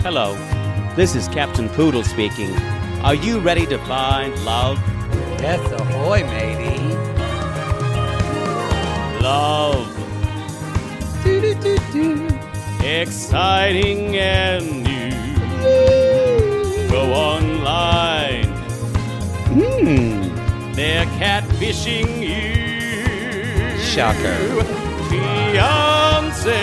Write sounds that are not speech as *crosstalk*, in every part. Hello, this is Captain Poodle speaking. Are you ready to find love? Yes, ahoy, matey. Love. Exciting and new. Go online. Hmm. They're catfishing you. Shocker. Beyonce.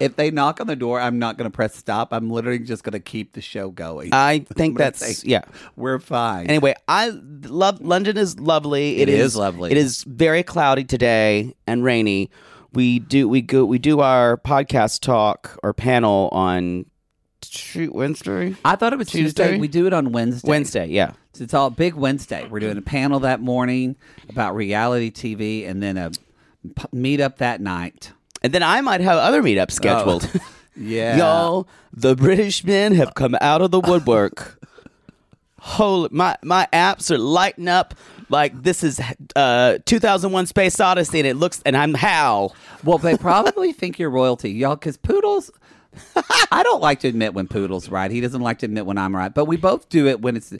if they knock on the door, I'm not going to press stop. I'm literally just going to keep the show going. I think gonna that's say- yeah. We're fine. Anyway, I love London. Is lovely. It is lovely. It is very cloudy today and rainy. We do we go we do our podcast talk or panel on shoot Wednesday. I thought it was Tuesday. Tuesday? We do it on Wednesday. Wednesday, yeah. So It's all big Wednesday. We're doing a panel that morning about reality TV, and then a p- meetup that night. Oh. And then I might have other meetups scheduled. *laughs* Yeah, Y'all, the British men have come out of the *laughs* woodwork. Holy, my my apps are lighting up like this is uh 2001 Space Odyssey, and it looks, and I'm Hal. Well, they probably think you're royalty, y'all, because poodles. I don't like to admit when poodles right. He doesn't like to admit when I'm right, but we both do it when it's.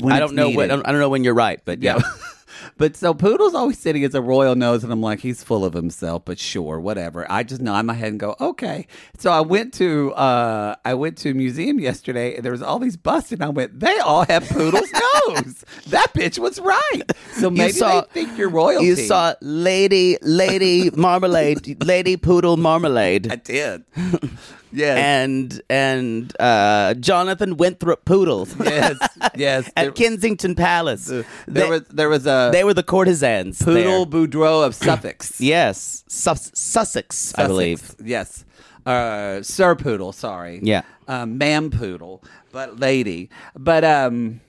When I it's don't know needed. what I don't, I don't know when you're right, but yeah. Yeah. *laughs* but so Poodle's always sitting as a royal nose, and I'm like, he's full of himself, but sure, whatever. I just nod my head and go, okay. So I went to uh I went to a museum yesterday and there was all these busts, and I went, they all have *laughs* Poodle's nose. That bitch was right. So maybe they think you're royalty. You saw Lady Lady Marmalade, Lady Poodle Marmalade, *laughs* did. yes. and and uh, Jonathan Winthrop Poodles yes. *laughs* Yes. at There- Kensington Palace. there they, was there was a they were the courtesans. Poodle there. Boudreaux *clears throat* of Sussex. Yes, Sus- Sussex, I believe. Sussex, Yes. Uh, Sir Poodle, sorry. Yeah. Um, ma'am Poodle, but lady. But um,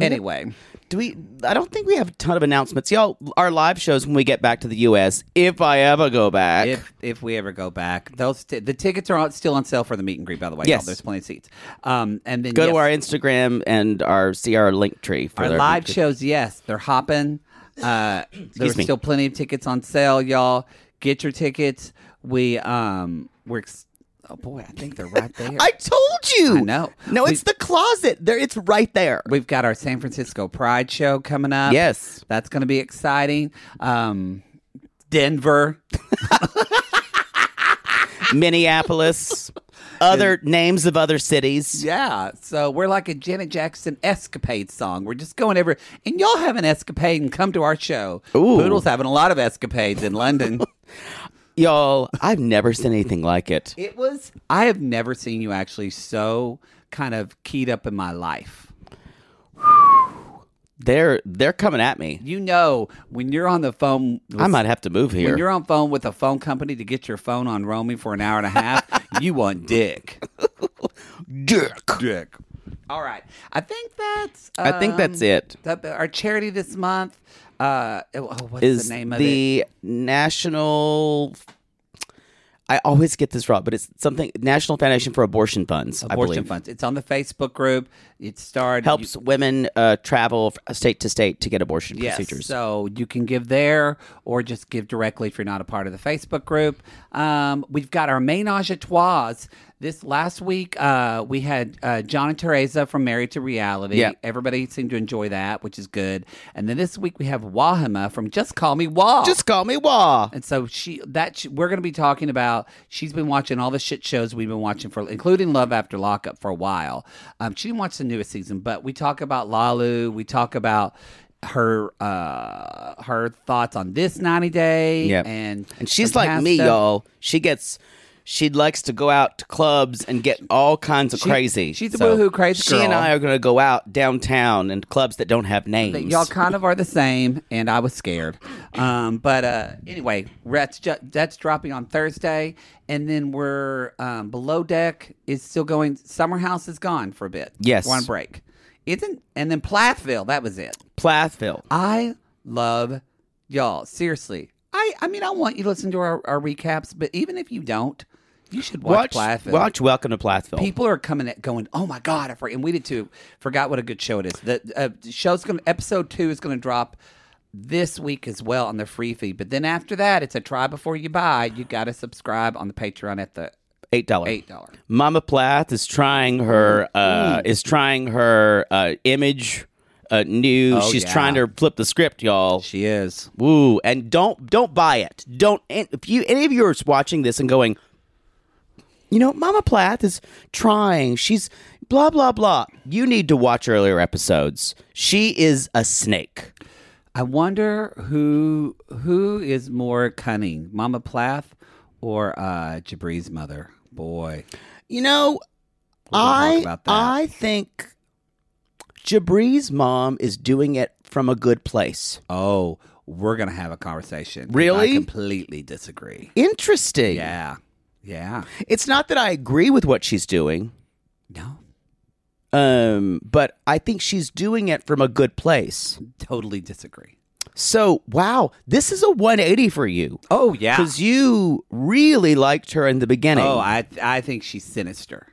anyway, Do we? I don't think we have a ton of announcements, y'all. Our live shows when we get back to the U.S. If I ever go back, if if we ever go back, those t- the tickets are on, still on sale for the meet and greet. By the way, Yes. y'all. there's plenty of seats. Um, and then go yes, to our Instagram and our see our link tree for our their live link tree. shows. Yes, they're hopping. Uh, there's me. still plenty of tickets on sale, y'all. Get your tickets. We um, we're. Ex- oh boy, I think *laughs* they're right there. I told you. I know. No, We- it's the closet. There, it's right there. We've got our San Francisco Pride show coming up. Yes. That's going to be exciting. Um, Denver. Minneapolis, *laughs* other names of other cities. Yeah. So we're like a Janet Jackson escapade song. We're just going everywhere. And y'all have an escapade and come to our show. Ooh. Poodle's having a lot of escapades in London. Y'all, I've never seen anything like it. it was, I have never seen you actually so kind of keyed up in my life. They're they're coming at me. You know, when you're on the phone, I might have to move when here. you're on phone with a phone company to get your phone on roaming for an hour and *laughs* a half, you want dick. Dick. dick. All right. I think that's. I think that's um, it. that- our charity this month. Uh, oh, what's Is the the, name of it? National I always get this wrong, but it's something National Foundation for Abortion Funds. I Abortion believe. funds. It's on the Facebook group. It started. Helps women uh, travel f- state to state to get abortion Yes, procedures. so you can give there or just give directly if you're not a part of the Facebook group. Um, we've got our ménage à trois. This last week, uh, we had uh, John and Teresa from Married to Reality. Yeah. Everybody seemed to enjoy that, which is good. And then this week, we have Wahima from Just Call Me Wah. Just call me Wah. And so she that sh we're going to be talking about. She's been watching all the shit shows we've been watching for, including Love After Lockup, for a while. Um, she didn't watch the newest season, but we talk about Lalu. We talk about her uh her thoughts on this 90 day Yeah. and And she's some like past me, stuff. y'all. She gets she likes to go out to clubs and get all kinds of She- crazy. she's a woohoo crazy She and girl. I are going to go out downtown and clubs that don't have names. But y'all kind of are the same, and I was scared. Um, but uh, anyway, that's ju- that's dropping on Thursday, and then we're um, below deck is still going. Summer House is gone for a bit. Yes. one break. Isn't and then Plathville. That was it. Plathville. I love y'all. Seriously, I I mean I want you to listen to our, our recaps, but even if you don't, you should watch, Plathville. watch Welcome to Plathville. People are coming at going, oh my god, I forgot, and we did too. Forgot what a good show it is. The uh, the show's going to episode two is going to drop this week as well on the free feed. But then after that, it's a try before you buy. You got to subscribe on the Patreon at the Eight dollars. eight dollar. Mama Plath is trying her uh, is trying her uh, image uh, new. Oh, She's yeah. trying to flip the script, y'all. She is. Woo! And don't don't buy it. Don't and if you any of you are watching this and going, you know, Mama Plath is trying. She's blah blah blah. You need to watch earlier episodes. She is a snake. I wonder who who is more cunning, Mama Plath or uh, Jabri's mother. Boy, You know, We'll talk I about that. I think Jabri's mom is doing it from a good place. oh, we're gonna have a conversation. 'cause Really? I completely disagree. Interesting. Yeah, yeah. It's not that I agree with what she's doing. No, Um, but I think she's doing it from a good place. totally disagree. So, wow, this is a 180 for you. Oh yeah. Because you really liked her in the beginning. Oh, I I think she's sinister.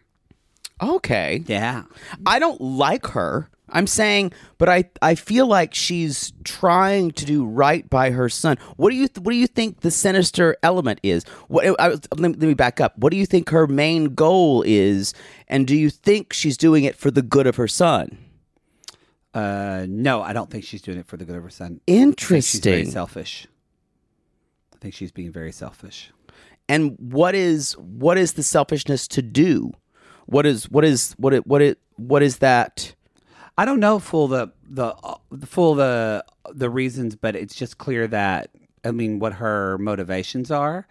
okay. Yeah. I don't like her. I'm saying, but I I feel like she's trying to do right by her son. What do you th- What do you think the sinister element is? What I, let, me, let me back up. What do you think her main goal is, and do you think she's doing it for the good of her son? Uh, no, I don't think she's doing it for the good of her son. She's very Interesting. selfish. I think she's being very selfish. And what is what is the selfishness to do? What is what is what it what it what is that? I don't know full the the full the the reasons, but it's just clear that I mean what her motivations are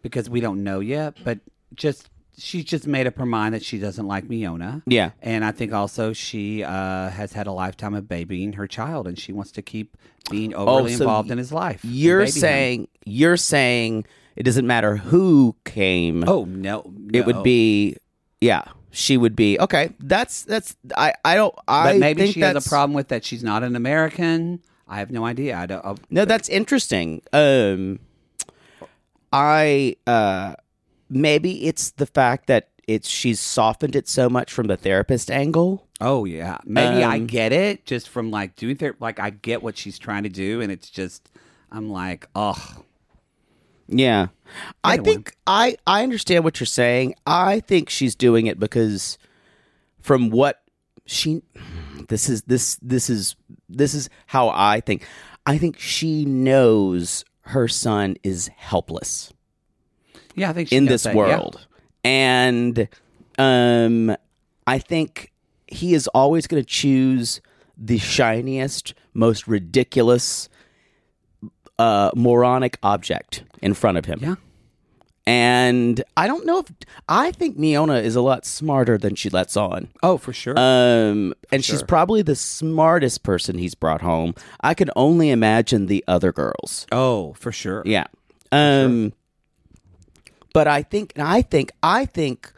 because we don't know yet. But just she's just made up her mind that she doesn't like Miona. Yeah. and I think also she uh, has had a lifetime of babying her child, and she wants to keep being overly Oh, so involved in his life. and You're baby him. saying you're saying it doesn't matter who came. oh no, it no. would be yeah she would be okay that's that's i i don't i But maybe think she that's, has a problem with that. She's not an American. I have no idea. I don't. uh, no that's interesting um i uh maybe it's the fact that it's she's softened it so much from the therapist angle Oh yeah, maybe I Um, get it just from like doing therapy. Like I get what she's trying to do, and it's just I'm like, oh, yeah i Anyway. think i i understand what you're saying i think she's doing it because from what she this is this this is this is how i think i think she knows her son is helpless yeah, I think she in knows this that, yeah. world. And um I think he is always going to choose the shiniest, most ridiculous uh moronic object in front of him. Yeah. And I don't know if I think Miona is a lot smarter than she lets on. Oh, for sure. Um, and she's probably the smartest person he's brought home. I can only imagine the other girls. oh, for sure. Yeah. Um but I think and I think I think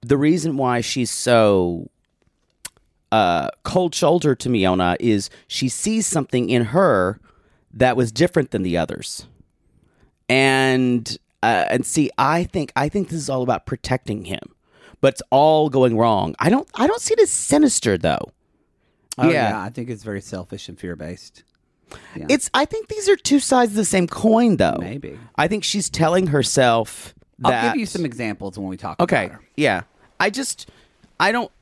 the reason why she's so uh cold shoulder to Miona is she sees something in her that was different than the others. And uh, and see I think I think this is all about protecting him. But it's all going wrong. I don't I don't see it as sinister though. Oh, yeah. I think it's very selfish and fear based. Yeah. It's I think these are two sides of the same coin though. Maybe. I think she's telling herself that I'll give you some examples when we talk. Okay. about her. Yeah. I just I don't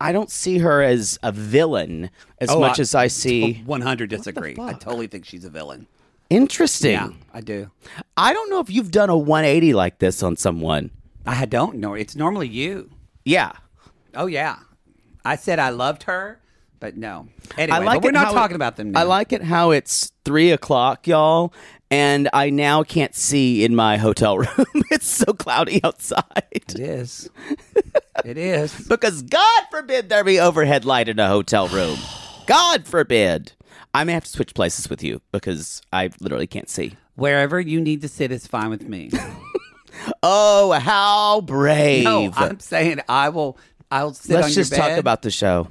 I don't see her as a villain as Oh, much I- as I see 100 disagree. I totally think she's a villain. interesting. Yeah, I do. I don't know if you've done a 180 like this on someone. I don't know. It's normally you. Yeah. Oh yeah, I said I loved her, but no. Anyway, I like but we're it not how it- talking about them. Now. I like it how it's three o'clock, y'all, and I now can't see in my hotel *laughs* room. it's so cloudy outside. *laughs* it is. it is. Because God forbid there be overhead light in a hotel *sighs* room. God forbid. I may have to switch places with you because I literally can't see. Wherever you need to sit is fine *laughs* with me. Oh, how brave. no, I'm saying I will. I'll sit on Let's your just talk bed. about *laughs* the show.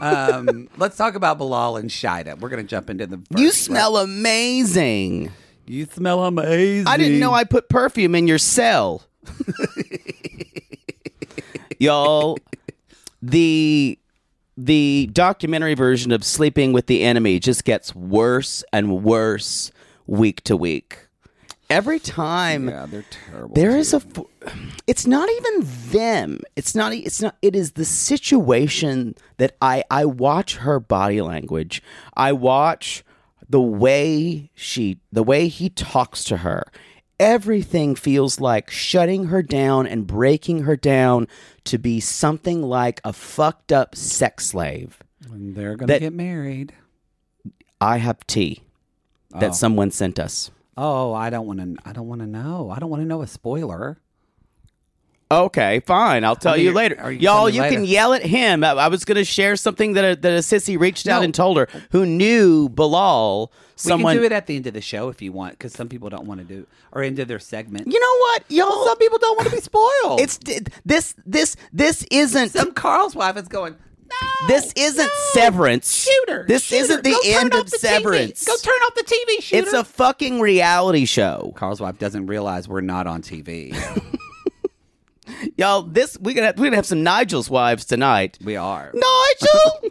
um, let's talk about Bilal and Shida. We're gonna jump into the. First, You smell amazing. You smell amazing. I didn't know I put perfume in your cell. *laughs* Y'all, the the documentary version of Sleeping with the Enemy just gets worse and worse week to week. Every time Yeah, they're terrible. There is a. f- It's not even them. It's not. e, It's not. It is the situation that I I watch her body language. I watch the way she, the way he talks to her. Everything feels like shutting her down and breaking her down to be something like a fucked up sex slave. And they're gonna that- get married. I have tea that someone sent us. Oh, I don't want to. I don't want to know. I don't want to know a spoiler. Okay, fine. I'll tell mean, you you're- later. or you tell Y'all, me you later. can yell at him. I, I was going to share something that a, that a sissy reached out No. and told her who knew Bilal. Someone. We can do it at the end of the show if you want, because some people don't want to do or end of their segment. You know what, y'all? Well, some people don't want to be spoiled. It's this this this isn't some Carl's wife is going. No, this isn't no, Severance. Shooter. This shooter, isn't the go turn end off of the TV. Severance. Go turn off the TV. Shooter. It's a fucking reality show, Carl's wife doesn't realize we're not on *laughs* TV. y'all. This we're gonna have, we're gonna have some Nigel's wives tonight. we are. Nigel,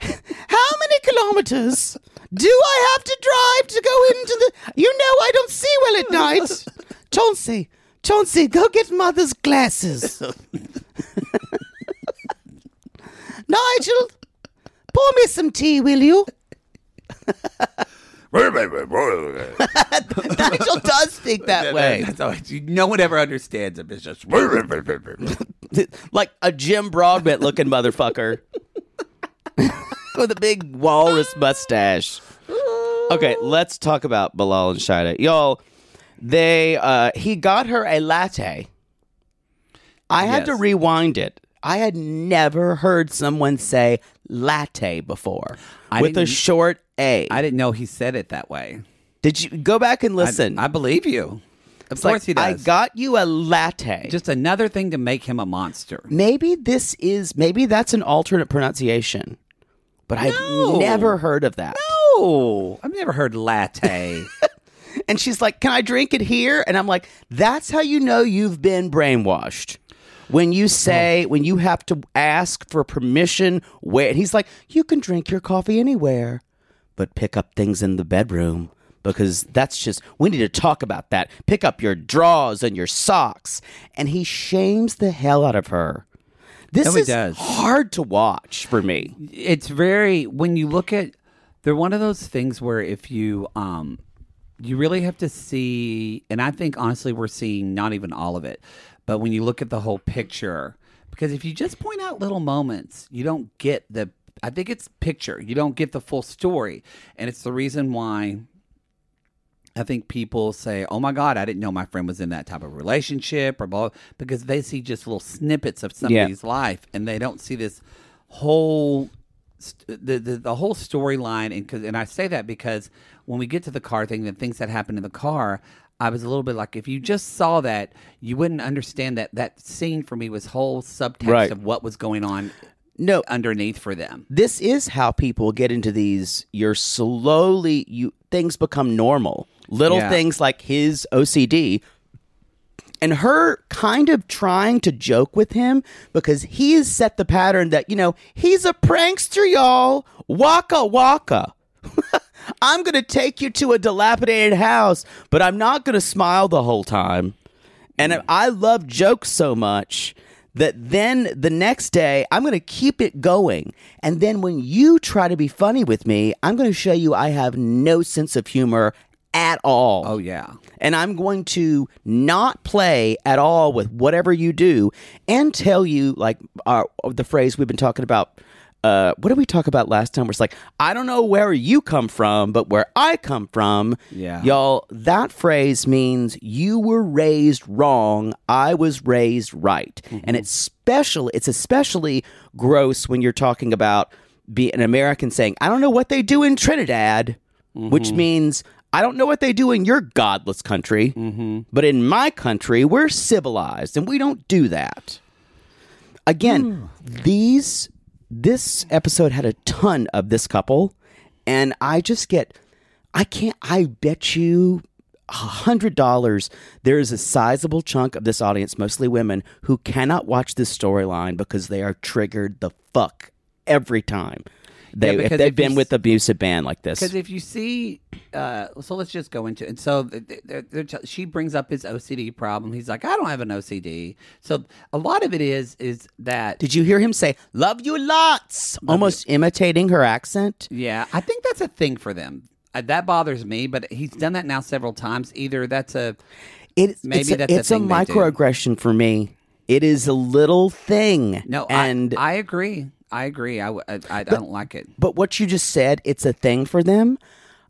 how many kilometers do I have to drive to go into the? You know I don't see well at night. Chauncey, Chauncey, go get mother's glasses. Nigel, pour me some tea, will you? *laughs* Nigel does think that way. That's all- no one ever understands him. It's just like a Jim Broadbent looking *laughs* motherfucker with a big walrus mustache. Okay, let's talk about Bilal and Shida. Y'all, they uh he got her a latte. I had to Yes. rewind it. I had never heard someone say latte before I with a didn't- short A. I didn't know he said it that way. Did you go back and I- listen? I, believe you. Of It's course like, he does. I got you a latte. just another thing to make him a monster. maybe this is maybe that's an alternate pronunciation but i've No. never heard of that Oh, I've never heard latte. and she's like can i drink it here and i'm like that's how you know you've been brainwashed when you Oh. say when you have to ask for permission where and he's like you can drink your coffee anywhere but pick up things in the bedroom because that's just we need to talk about that pick up your drawers and your socks and he shames the hell out of her this No, he is does. hard to watch for me it's very when you look at they're one of those things where if you um you really have to see and i think honestly we're seeing not even all of it but when you look at the whole picture because if you just point out little moments you don't get the i think it's picture you don't get the full story and it's the reason why I think people say, "Oh my God, I didn't know my friend was in that type of relationship," or blah, because they see just little snippets of somebody's life, and they don't see this whole st- the the, the whole storyline. And 'cause- and I say that because when we get to the car thing, the things that happened in the car. I was a little bit like, if you just saw that, you wouldn't understand that that scene for me was whole subtext Right. of what was going on no underneath for them. this is how people get into these you're slowly you things become normal little Yeah. things like his ocd and her kind of trying to joke with him because he has set the pattern that you know he's a prankster y'all waka waka *laughs* i'm gonna take you to a dilapidated house but i'm not gonna smile the whole time and I love jokes so much that then the next day I'm going to keep it going. And then when you try to be funny with me, I'm going to show you I have no sense of humor at all. Oh yeah, And I'm going to not play at all with whatever you do and tell you, like, our, the phrase we've been talking about. Uh, what did we talk about last time? Where it's like, I don't know where you come from, but where I come from, Yeah. y'all, that phrase means you were raised wrong. I was raised right, and it's special. It's especially gross when you're talking about be an American saying, "I don't know what they do in Trinidad," Mm-hmm. which means I don't know what they do in your godless country, Mm-hmm. but in my country, we're civilized and we don't do that. Again, Hmm. these this episode had a ton of this couple, and I just get I can't I bet you a hundred dollars there is a sizable chunk of this audience, mostly women, who cannot watch this storyline because they are triggered the fuck every time. They, if because they've if you been s- with abusive band like this. Because if you see, uh, so let's just go into it. And so th- th- they're, they're t- she brings up his OCD problem. He's like, I don't have an OCD. So a lot of it is is that. Did you hear him say "love you lots"? almost imitating her accent. yeah, I think that's a thing for them. Uh, that bothers me, but he's done that now several times. Either that's a It, Maybe it's a, that's a it's a thing they do. microaggression for me. It is a little thing. no, and and I, agree. I agree. I w- I- I don't like it. but what you just said, it's a thing for them.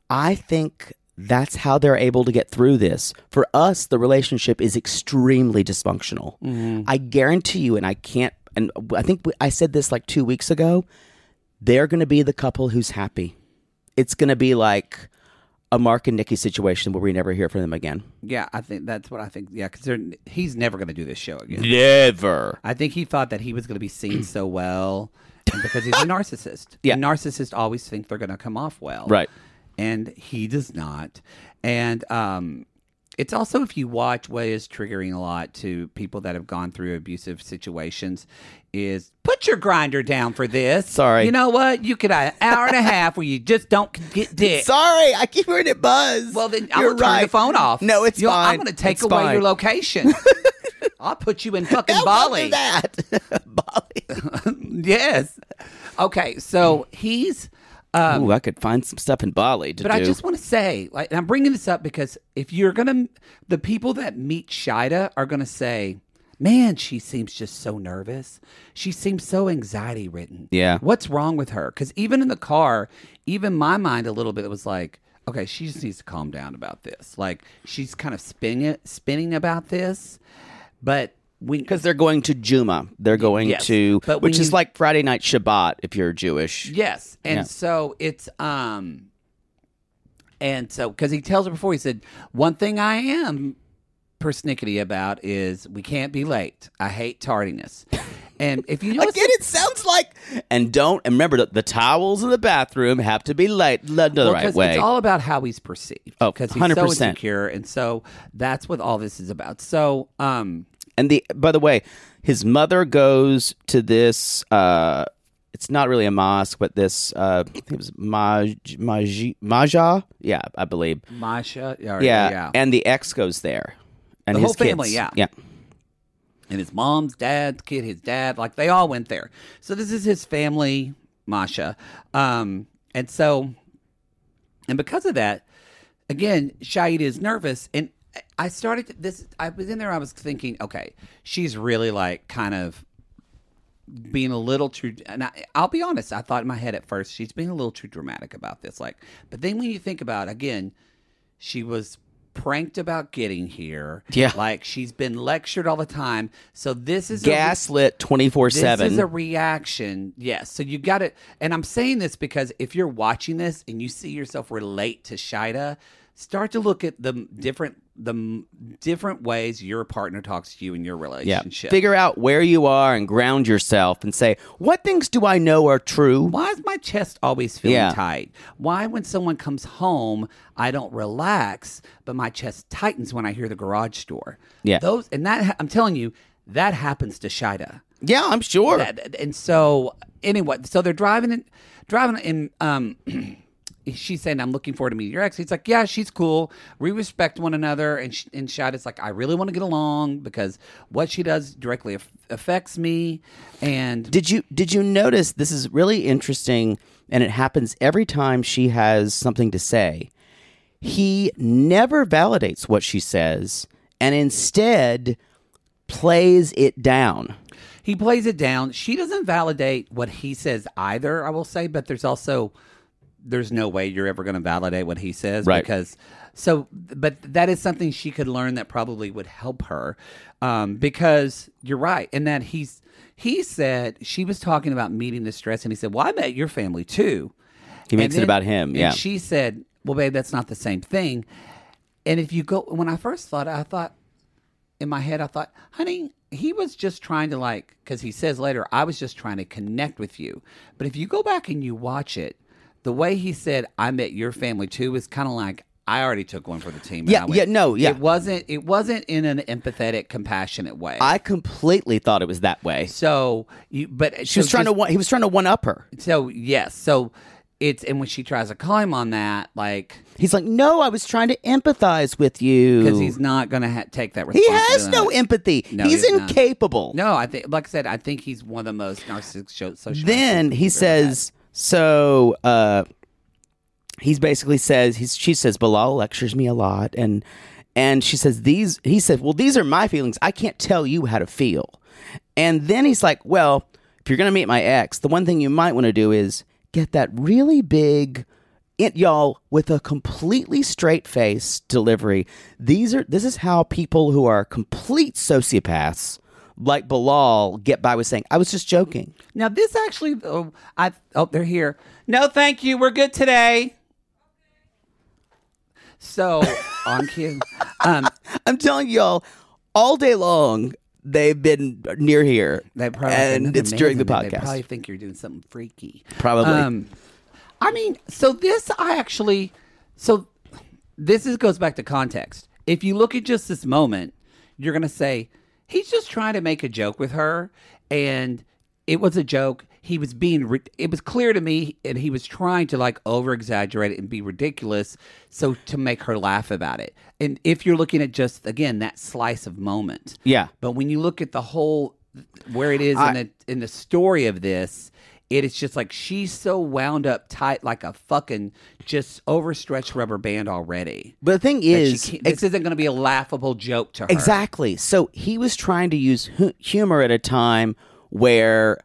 I think That's how they're able to get through this. For us, the relationship is extremely dysfunctional. Mm-hmm. I guarantee you, and I can't, and I think I said this like two weeks ago, they're going to be the couple who's happy. It's going to be like a Mark and Nikki situation where we never hear from them again. Yeah, I think that's what I think. Yeah, because he's never going to do this show again. Never. I think he thought that he was going to be *clears throat* seen so well and because he's a narcissist. Yeah. And narcissists always think they're going to come off well. Right. And he does not. And um, it's also, if you watch what is triggering a lot to people that have gone through abusive situations, is put your grinder down for this. Sorry. You know what? You could have an hour and a half where you just don't *laughs* get dick. Eh. Sorry, I keep hearing it buzz. Well, then I'm gonna turn the phone off. No, it's You know, fine. I'm going to take It's away fine. *laughs* your location. I'll put you in fucking No, don't Bali. do that. *laughs* Bali. *laughs* Yes. Okay. So Mm. he's. Uh, Ooh, I could find some stuff in Bali to but do. I just want to say, like, and I'm bringing this up because if you're gonna, the people that meet Shida are gonna say, "Man, she seems just so nervous. She seems so anxiety ridden. Yeah. what's wrong with her? Because even in the car, even my mind a little bit was like, okay, she just needs to calm down about this. Like she's kind of spinning, spinning about this, but when because they're going to Juma, they're going Yes, to but when which is you- like Friday night Shabbat if you're Jewish. Yes. And Yeah. so it's um and so cuz he tells her before he said one thing I am persnickety about is we can't be late. I hate tardiness. and *laughs* if you notice Again, it sounds like and don't and remember that the towels in the bathroom have to be laid, laid the well, right 'cause way. It's all about how he's perceived. Oh, because he's so 100%. insecure, and so that's what all this is about. So, um, and the by the way, his mother goes to this. uh It's not really a mosque, but this. uh I think it was Maj, Maj, Maja. Yeah, I believe. Masha, or, yeah, yeah, and the ex goes there, and The his whole family, kids. yeah. yeah. and his mom's dad's kid, his dad, like they all went there. So this is his family, Masha. Um, and so, and because of that, again, Shaid is nervous. And I started to- this, I was in there, I was thinking, okay, she's really like kind of being a little too, and I, I'll be honest, I thought in my head at first, she's being a little too dramatic about this. Like, but then when you think about, again, she was pranked about getting here. Yeah. Like she's been lectured all the time. So this is a- gaslit twenty four this is a seven. reaction. Yes. So you got it. And I'm saying this because if you're watching this and you see yourself relate to Shida, start to look at the different the m- different ways your partner talks to you in your Yeah, relationship. figure out where you are and ground yourself, and say what things do I know are true. Why is my chest always feeling Yeah. tight? Why, when someone comes home, I don't relax, but my chest tightens when I hear the garage door? Yeah. Those, and that, I'm telling you, that happens to Shida. Yeah, I'm sure. that- and so anyway, so they're driving and driving and um *clears throat* she's saying I'm looking forward to meeting your ex. He's like, "Yeah, she's cool. We respect one another." And sh- and Shada's like, "I really want to get along because what she does directly aff affects me." And Did you did you notice this is really interesting and it happens every time she has something to say. He never validates what she says and instead plays it down. he plays it down. She doesn't validate what he says either, I will say, but there's also there's no way you're ever going to validate what he says Right. because so but that is something she could learn that probably would help her um, because you're right in that he's he said she was talking about meeting the stress and he said well i met your family too He makes and it then- about him. and Yeah. she said, "Well, babe, that's not the same thing." And if you go, when I first thought, it, I thought in my head, I thought, "Honey, he was just trying to like," because he says later, "I was just trying to connect with you." But if you go back and you watch it, the way he said, "I met your family too," is kind of like. I already took one for the team. and Yeah, I went- yeah, no, yeah. It wasn't. It wasn't in an empathetic, compassionate way. I completely thought it was that way. so you, but She was trying to one, he was trying to one up her. So yes, so it's and when she tries to call him on that, like He's like, "No, I was trying to empathize with you." because he's not going to ha- take that he responsibility. has no empathy. No, he's he does not. incapable. No, I think, like I said, I think he's one of the most narcissistic show- social. then narcissists he we've ever had. says so uh he's basically says he's she says bilal lectures me a lot and and she says these he says well these are my feelings i can't tell you how to feel and then he's like well if you're gonna meet my ex the one thing you might want to do is get that really big it y'all with a completely straight face delivery. These are this is how people who are complete sociopaths like Bilal get by with saying, "I was just joking." Now this actually, oh, I oh they're here. No, thank you. We're good today. *laughs* So on cue. Um, I'm telling y'all, all day long they've been near here. they probably think and nothing it's during the amazing, but podcast. They probably think you're doing something freaky. Probably. Um, I mean, so this I actually, so this is, goes back to context. If you look at just this moment, you're going to say, he's just trying to make a joke with her. And it was a joke. He was being, ri- it was clear to me, and he was trying to like over exaggerate it and be ridiculous. So to make her laugh about it. And if you're looking at just, again, that slice of moment. Yeah. But when you look at the whole, where it is in the in the story of this, it is just like she's so wound up tight, like a fucking just overstretched rubber band already. But the thing That she is, can't- this isn't going to be a laughable joke to her. Exactly. So he was trying to use hu- humor at a time where,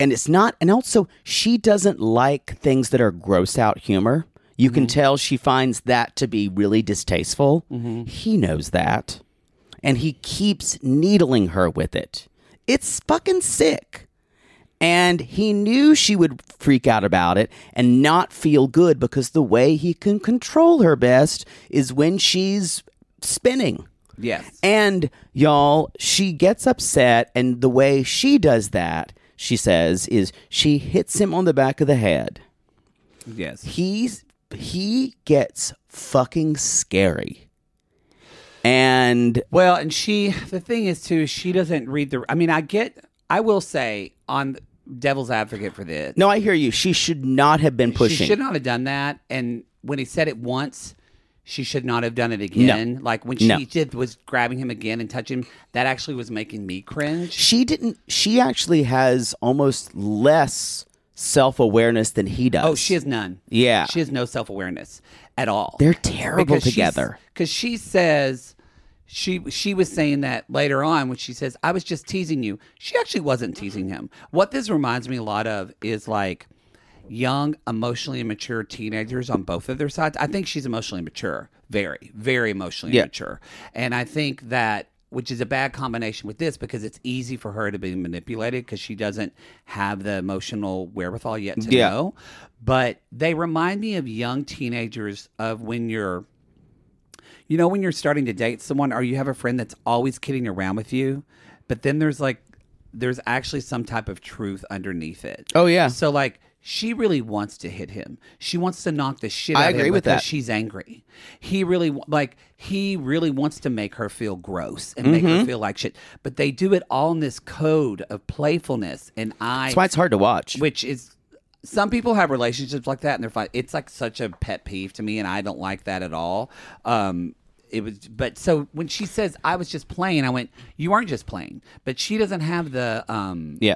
and it's not, and also she doesn't like things that are gross out humor. You can Mm-hmm. tell she finds that to be really distasteful. Mm-hmm. He knows that. And he keeps needling her with it. It's fucking sick. And he knew she would freak out about it and not feel good because the way he can control her best is when she's spinning. Yes. And y'all, she gets upset, and the way she does that, she says, is she hits him on the back of the head. yes. He's he gets fucking scary. And Well, and she the thing is too, she doesn't read the. I mean, I get. I will say on devil's advocate for this. no, I hear you. She should not have been She pushing. should not have done that. And when he said it once, she should not have done it again. Like when she No. did was grabbing him again and touching him, that actually was making me cringe. she didn't. She actually has almost less self awareness than he does. Oh, she has none. Yeah. She has no self awareness at all. They're terrible together. Because she says she she was saying that later on when she says, I was just teasing you. She actually wasn't teasing him. What this reminds me a lot of is like young, emotionally immature teenagers on both of their sides. I think she's emotionally mature. Very, very emotionally Yeah. immature. And I think that which is a bad combination with this because it's easy for her to be manipulated because she doesn't have the emotional wherewithal yet to Yeah. know. But they remind me of young teenagers of when you're you know when you're starting to date someone or you have a friend that's always kidding around with you, but then there's like there's actually some type of truth underneath it. Oh, yeah. So like she really wants to hit him. She wants to knock the shit out I of him agree with because that. she's angry. He really w- like he really wants to make her feel gross and make Mm-hmm. her feel like shit. But they do it all in this code of playfulness and I That's why it's hard to watch. which is some people have relationships like that and they're fine. It's like such a pet peeve to me, and I don't like that at all. Um, it was, but so when she says I was just playing, I went, "You aren't just playing," but she doesn't have the um, yeah.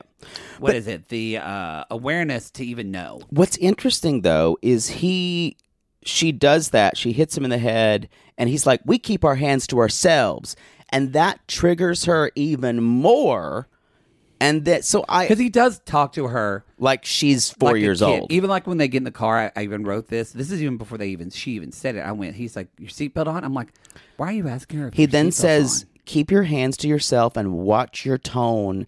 what is it? The uh, awareness to even know. What's interesting though is he she does that, she hits him in the head and he's like, "We keep our hands to ourselves." And that triggers her even more. And that so I Because he does talk to her like she's 4 like a years kid. old. Even like when they get in the car, I, I even wrote this. This is even before they even she even said it. I went, "He's like your seatbelt on." I'm like, "Why are you asking her?" If he your then seatbelt's says, on?" "Keep your hands to yourself and watch your tone."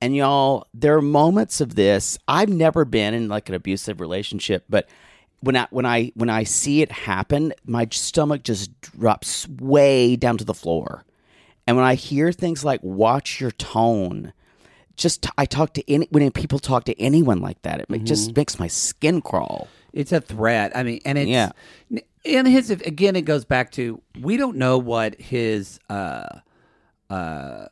And y'all, there are moments of this. I've never been in like an abusive relationship, but when I when I when I see it happen, my stomach just drops way down to the floor. And when I hear things like "watch your tone," just I talk to any when people talk to anyone like that, it ma- Mm-hmm. just makes my skin crawl. It's a threat. I mean, and it's Yeah. And his again, it goes back to we don't know what his uh uh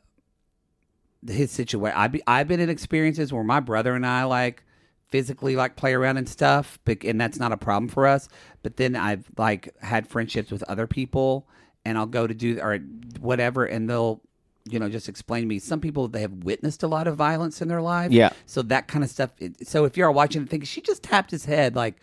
his situation. I be, I've been in experiences where my brother and I like physically like play around and stuff, but, and that's not a problem for us. But then I've like had friendships with other people, and I'll go to do or whatever, and they'll you know just explain to me. Some people they have witnessed a lot of violence in their life, Yeah. So that kind of stuff. it- So if you're watching and thinking she just tapped his head, like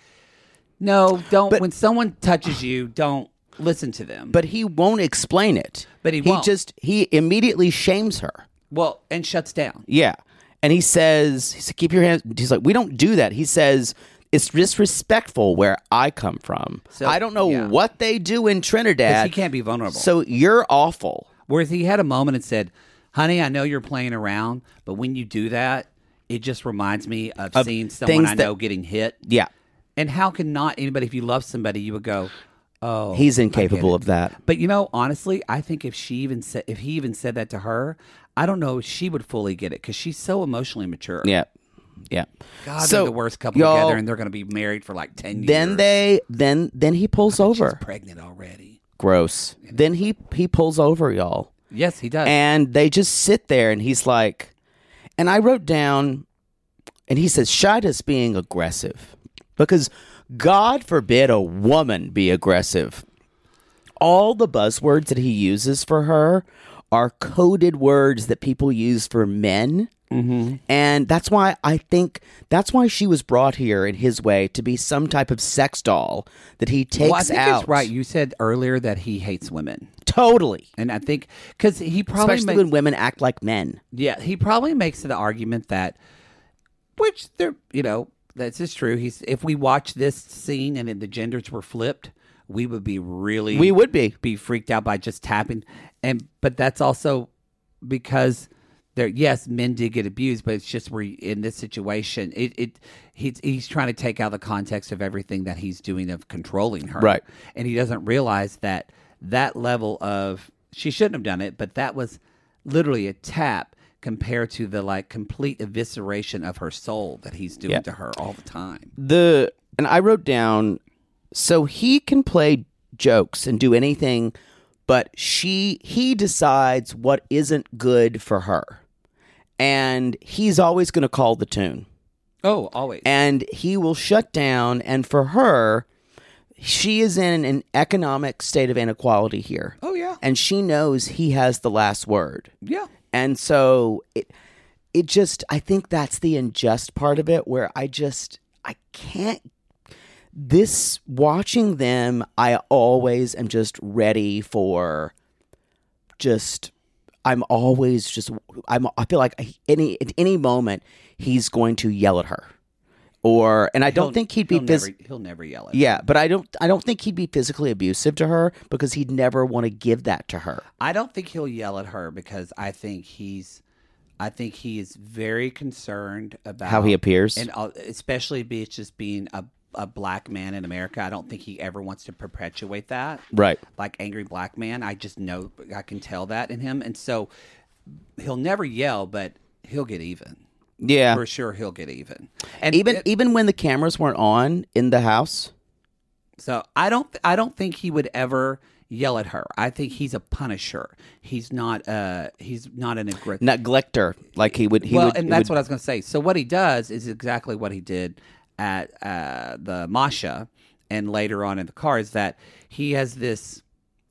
no, don't. when someone touches you, don't listen to them. But he won't explain it. But he won't. just he immediately shames her. well, and shuts down. Yeah. And he says, he said, keep your hands. He's like, we don't do that. He says, it's disrespectful where I come from. So- I don't know yeah. what they do in Trinidad. 'Cause he can't be vulnerable. So you're awful. Whereas he had a moment and said, "Honey, I know you're playing around, but when you do that, it just reminds me of, Of seeing someone things I that- know getting hit." Yeah. And how can not anybody? If you love somebody, you would go, "Oh, He's I get incapable it." of that. But you know, honestly, I think if she even said, if he even said that to her, I don't know if she would fully get it because she's so emotionally mature. Yeah. Yeah. God, So, they're the worst couple y'all, together, and they're going to be married for like ten years. Then they then then he pulls she's over. pregnant already. Gross. Then he he pulls over y'all. Yes, he does. and they just sit there and he's like and i wrote down and he says shida's being aggressive because god forbid a woman be aggressive all the buzzwords that he uses for her are coded words that people use for men Mm-hmm. and that's why I think that's why she was brought here in his way to be some type of sex doll that he takes well, I think out. it's right. You said earlier that he hates women. totally, And I think because he probably especially makes, when women act like men. yeah he probably makes the argument that which there you know this is true. He's if we watch this scene and then the genders were flipped, we would be really We would be. be freaked out by just tapping and but that's also because there yes men did get abused but it's just we in this situation it it he's he's trying to take out the context of everything that he's doing of controlling her Right. and he doesn't realize that that level of she shouldn't have done it but that was literally a tap compared to the like complete evisceration of her soul that he's doing Yeah. to her all the time the and I wrote down so he can play jokes and do anything, but she he decides what isn't good for her. And he's always going to call the tune. oh always And he will shut down and for her she is in an economic state of inequality here. oh yeah And she knows he has the last word. yeah And so it it just I think that's the unjust part of it where I just I can't this watching them I always am just ready for just I'm always just I'm I feel like any at any moment he's going to yell at her. Or and I don't He'll- think he'd be he'll, phys- never, he'll never yell at her. yeah, but I don't I don't think he'd be physically abusive to her because he'd never want to give that to her. I don't think he'll yell at her because I think he's, I think he is very concerned about How he appears. Uh-huh. and uh, especially be it's just being a a black man in America. I don't think he ever wants to perpetuate that, Right. Like angry black man. I just know I can tell that in him, and so he'll never yell, but he'll get even Yeah. for sure. He'll get even, and even it- even when the cameras weren't on in the house. So I don't I don't think he would ever yell at her. I think he's a punisher. He's not uh he's not an aggressor. Neglector, like he would. He well, would, and that's what I was going to say. So what he does is exactly what he did at uh, the Masha, and later on in the car is that he has this.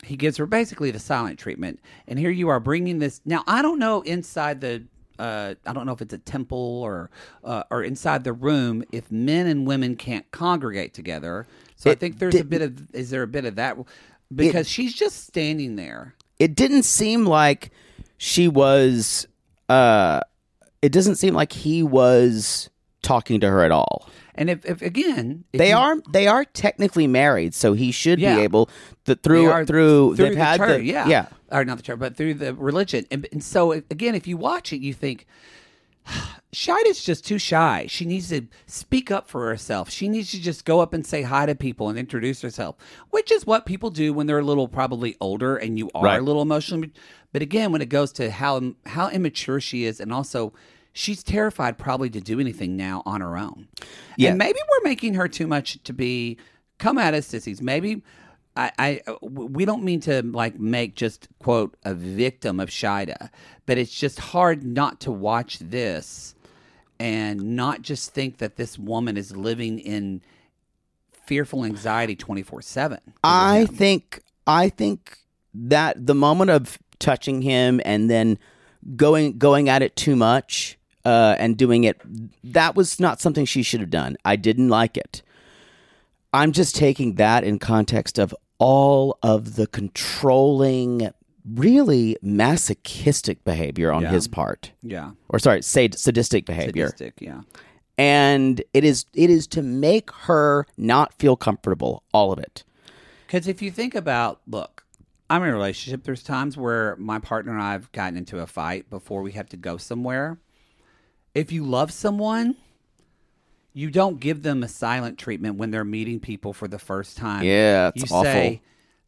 He gives her basically the silent treatment, and here you are bringing this. Now I don't know inside the. Uh, I don't know if it's a temple or uh, or inside the room if men and women can't congregate together. So I It think there's a bit of is there a bit of that because she's just standing there. it didn't seem like she was. uh It doesn't seem like he was talking to her at all. And if, if again, if They you- are they are technically married, so he should Yeah. be able to They through are through, they've the had church, the yeah or not the church but through the religion and, and so again if you watch it you think *sighs* Shida's just too shy. She needs to speak up for herself. She needs to just go up and say hi to people and introduce herself, which is what people do when they're a little probably older and you are Right. a little emotionally. But again, when it goes to how how immature she is, and also she's terrified probably to do anything now on her own. Yeah. and maybe we're making her too much to be come at us sissies. Maybe. I, I we don't mean to like make just quote a victim of Shida, but it's just hard not to watch this and not just think that this woman is living in fearful anxiety 24 7. I think I think that the moment of touching him and then going going at it too much uh, and doing it that was not something she should have done. I didn't like it. I'm just taking that in context of all of the controlling, really masochistic behavior on Yeah. his part, Yeah. or sorry, sad- sadistic behavior Sadistic, yeah. and it is it is to make her not feel comfortable. All of it. Because if you think about, look, I'm in a relationship. There's times where my partner and I have gotten into a fight before we have to go somewhere. If you love someone, you don't give them a silent treatment when they're meeting people for the first time. Yeah, it's you say,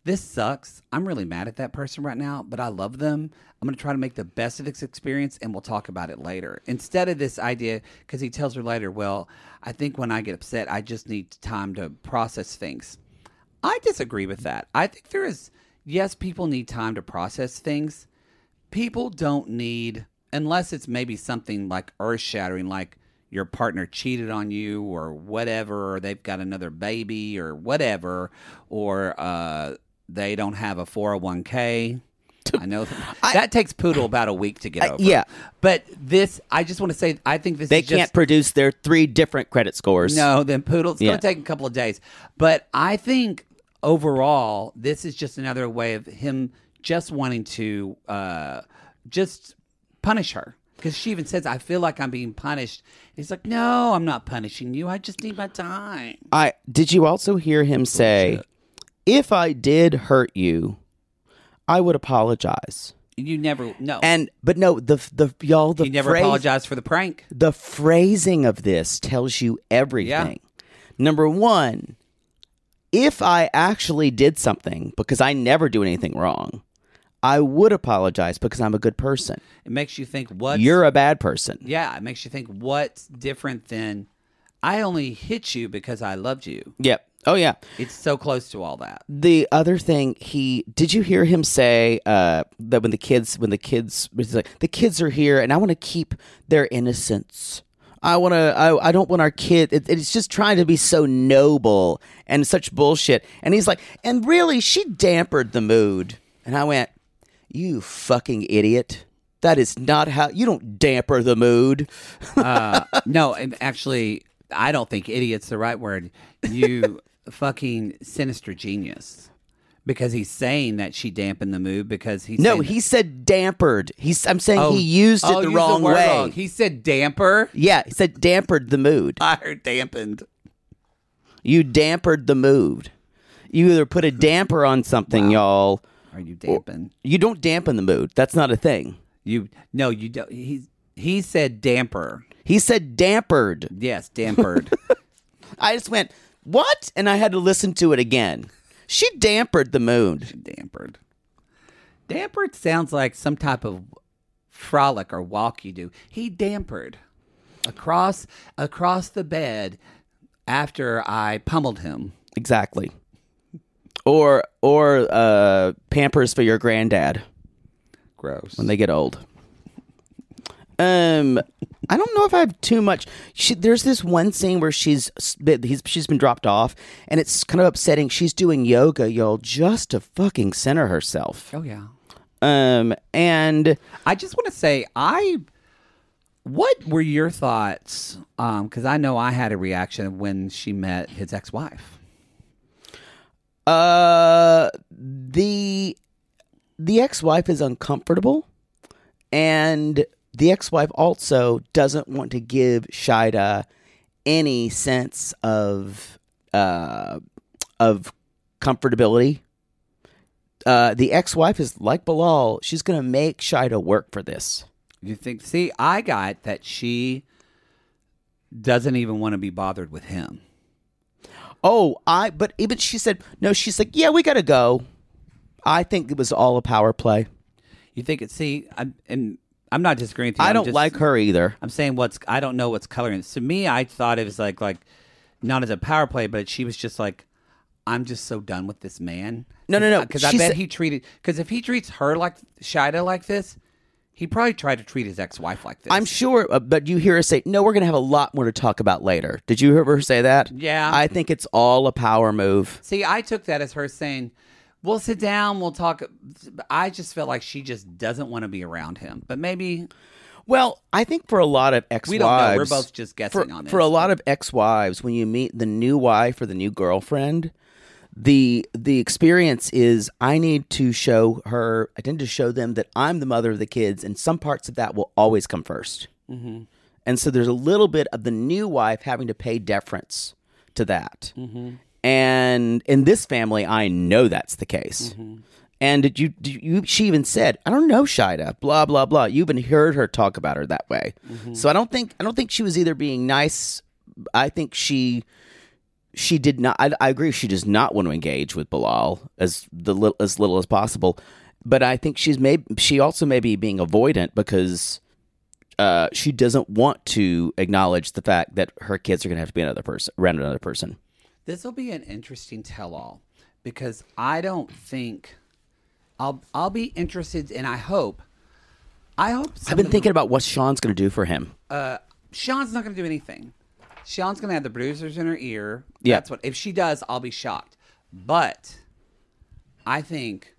"This sucks. I'm really mad at that person right now, but I love them. I'm going to try to make the best of this experience, and we'll talk about it later." Instead of this idea, because he tells her later, "Well, I think when I get upset, I just need time to process things." I disagree with that. I think there is, yes, people need time to process things. People don't need, unless it's maybe something like earth shattering, like your partner cheated on you or whatever, or they've got another baby or whatever, or uh, they don't have a *laughs* 401k. I know that takes poodle about a week to get over. yeah. But this, I just want to say, I think this They is just- can't produce their three different credit scores. no, then poodle. It's Yeah. going to take a couple of days. But I think overall, this is just another way of him just wanting to uh, just punish her. Because she even says, I feel like I'm being punished. And he's like, No, I'm not punishing you. I just need my time. I did you also hear him say, "If I did hurt you, I would apologize." You never, no. And but no, the the y'all the you never phrase, apologized for the prank. The phrasing of this tells you everything. Number one, if I actually did something because I never do anything wrong, I would apologize because I'm a good person. It makes you think, What? You're a bad person. yeah, it makes you think, What's different than I only hit you because I loved you? Yep. Oh yeah. It's so close to all that. The other thing he did you hear him say uh, that when the kids when the kids he's like the kids are here and I want to keep their innocence. I want to. I, I don't want our kid. It, it's just trying to be so noble and such bullshit. And he's like, and really, she dampered the mood. And I went, you fucking idiot. That is not how you don't damper the mood. No, and actually, I don't think idiot's the right word. *laughs* You fucking sinister genius. Because he's saying that she dampened the mood because he's No, saying he said dampered. He's. I'm saying Oh. he used it Oh, the used wrong word way. He said damper. *laughs* yeah, he said dampered the mood. I heard dampened. You dampered the mood. You either put a damper on something, y'all. Are you dampened? You don't dampen the mood. That's not a thing. You no, you don't. He he said damper. He said dampered. Yes, *laughs* dampered. I just went, what? And I had to listen to it again. She dampered the mood. dampered. Dampered sounds like some type of frolic or walk you do. He dampered across across the bed after I pummeled him. Exactly. Or or uh, Pampers for your granddad Gross. when they get old. Um, I don't know if I have too much. She, there's this one scene where she's s- that he's she's been dropped off, and it's kind of upsetting. She's doing yoga, y'all, just to fucking center herself. oh yeah. Um, and I just want to say I what were your thoughts um cuz I know I had a reaction when she met his ex-wife. uh, the the ex wife is uncomfortable, and the ex wife also doesn't want to give Shida any sense of uh of comfortability. Uh, the ex wife is like Bilal. She's gonna make Shida work for this. You think see I got that she doesn't even want to be bothered with him. Oh, I but even she said no. She's like, yeah, we gotta go. I think it was all a power play. You think it? See, I'm, and I'm not disagreeing with you. I I'm don't just- like her either. I'm saying what's. I don't know what's coloring. it. To me, I thought it was like like not as a power play, but she was just like, I'm just so done with this man. No, no, no. Because I She bet said- he treated. Because if he treats her like Shida like this, he probably tried to treat his ex-wife like this. I'm sure, uh, but you hear her say, "No, we're going to have a lot more to talk about later." Did you hear her say that? Yeah. I think it's all a power move. See, I took that as her saying, "We'll sit down. We'll talk." I just felt like she just doesn't want to be around him. But maybe Well, I think for a lot of ex-wives, we don't know. We're both just guessing for, on this. for a lot of ex-wives, when you meet the new wife or the new girlfriend, the the experience is I need to show her, Mm-hmm. I tend to show them that I'm the mother of the kids, and some parts of that will always come 1st And so there's a little bit of the new wife having to pay deference to that. Mm-hmm. And in this family, I know that's the case. Mm-hmm. And did you, did you? She even said, "I don't know, Shida." Blah blah blah. You even heard her talk about her that way. Mm-hmm. So I don't think I don't think she was either being nice. I think she she did not. I, I agree. She does not want to engage with Bilal as the lit- as little as possible. But I think she's may she also may be being avoidant because uh, she doesn't want to acknowledge the fact that her kids are going to have to be another person around another person. This will be an interesting tell-all because I don't think I'll I'll be interested, and I hope I hope I've some been of Uh, the- thinking about what Sean's going to do for him. Sean's not going to do anything. Sean's going to have the bruisers in her ear. Yeah. That's what. If she does, I'll be shocked. But I think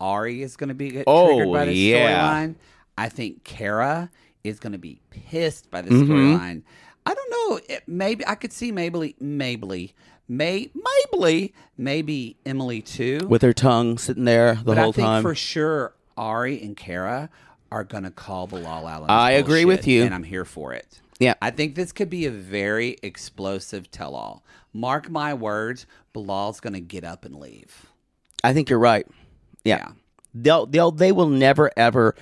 Ari is going to be get Oh, triggered by this yeah. storyline. I think Kara is going to be pissed by this Mm-hmm. storyline. I don't know. It, maybe I could see Mabley, Mabley, May, Mabley, maybe Emily too. with her tongue sitting there the but whole I think time. for sure Ari and Kara are going to call Bilal out. on this I agree with bullshit, you. and I'm here for it. Yeah. I think this could be a very explosive tell-all. Mark my words, Bilal's going to get up and leave. I think you're right. Yeah. Yeah. They'll they'll they will never ever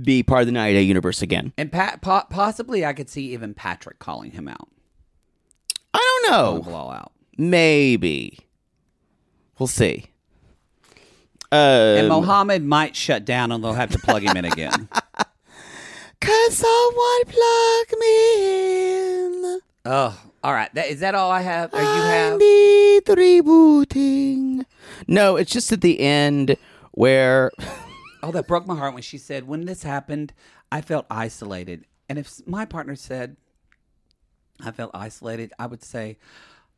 be part of the 90 Day universe again. And Pat, po- possibly, I could see even Patrick calling him out, I don't calling know. Bilal out. Maybe. We'll see. Uh And Mohammed might shut down, and they'll have to plug him *laughs* in again. cuz someone plug me in. Oh, all right. That, is that all I have? Or you Um, have? need rebooting. No, it's just at the end where Oh, that broke my heart when she said, When this happened, I felt isolated. And if s- my partner said, I felt isolated, I would say,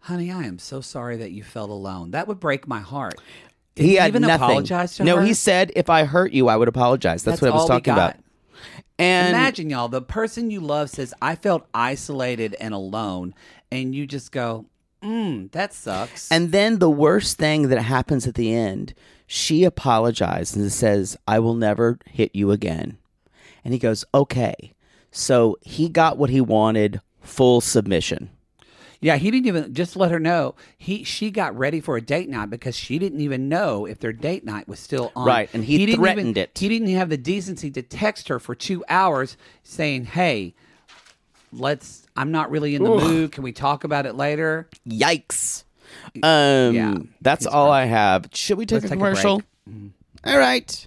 Honey, I am so sorry that you felt alone. That would break my heart. Did he had even nothing. apologize to no, her? he said, "If I hurt you, I would apologize." That's, That's what I was all we talking about. got. And Imagine, y'all, the person you love says, I felt isolated and alone. And you just go, Mm, that sucks. and then the worst thing that happens at the end, she apologizes and says, "I will never hit you again." And he goes, "Okay." So he got what he wanted, full submission. yeah, he didn't even just let her know. He she got ready for a date night because she didn't even know if their date night was still on. Right, and he didn't even- threatened it. He didn't have the decency to text her for two hours saying, "Hey, let's. I'm not really in the mood. Can we talk about it later?" Yikes. Um, Yeah, that's all I have. Should we take Let's a Mm-hmm. take a commercial? break. All right.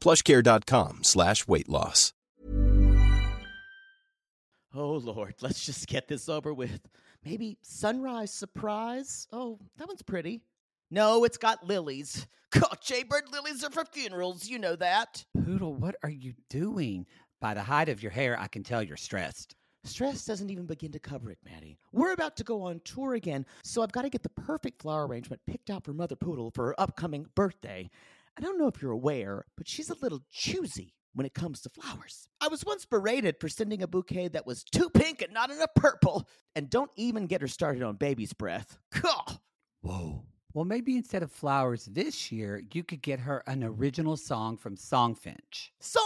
plushcare.com slash weight loss. Oh Lord, let's just get this over with. Maybe sunrise surprise. Oh, that one's pretty. No, it's got lilies. *laughs* God, Jaybird lilies are for funerals. You know that. Poodle, what are you doing? By the height of your hair, I can tell you're stressed. Stress doesn't even begin to cover it, Maddie. We're about to go on tour again, so I've got to get the perfect flower arrangement picked out for Mother Poodle for her upcoming birthday. I don't know if you're aware, but she's a little choosy when it comes to flowers. I was once berated for sending a bouquet that was too pink and not enough purple. And don't even get her started on baby's breath. Gah! Whoa. Well, maybe instead of flowers this year, you could get her an original song from Songfinch.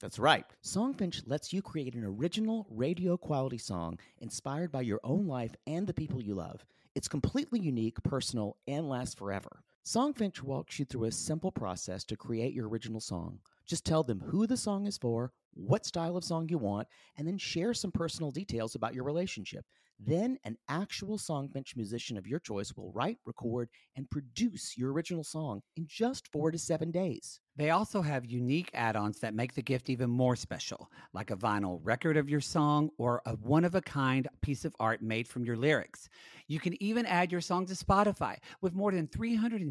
That's right. Songfinch lets you create an original radio quality song inspired by your own life and the people you love. It's completely unique, personal, and lasts forever. Songfinch walks you through a simple process to create your original song. Just tell them who the song is for, what style of song you want, and then share some personal details about your relationship. Then an actual Songbench musician of your choice will write, record, and produce your original song in just four to seven days. They also have unique add ons that make the gift even more special, like a vinyl record of your song or a one of a kind piece of art made from your lyrics. You can even add your song to Spotify. With more than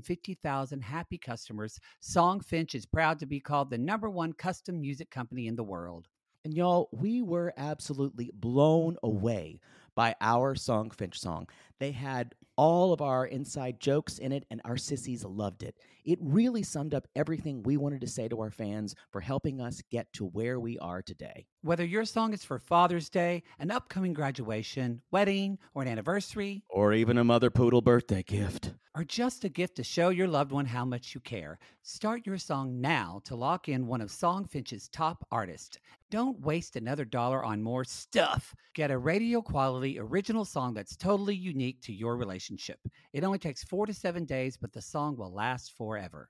350,000 happy customers, Songfinch is proud to be called the number one custom music company in the world. And y'all, we were absolutely blown away by our song Finch song. They had all of our inside jokes in it, and our sissies loved it. It really summed up everything we wanted to say to our fans for helping us get to where we are today. Whether your song is for Father's Day, an upcoming graduation, wedding, or an anniversary, Or even a mother poodle birthday gift. or just a gift to show your loved one how much you care. Start your song now to lock in one of Songfinch's top artists. Don't waste another dollar on more stuff. Get a radio quality original song that's totally unique to your relationship. It only takes four to seven days, but the song will last forever.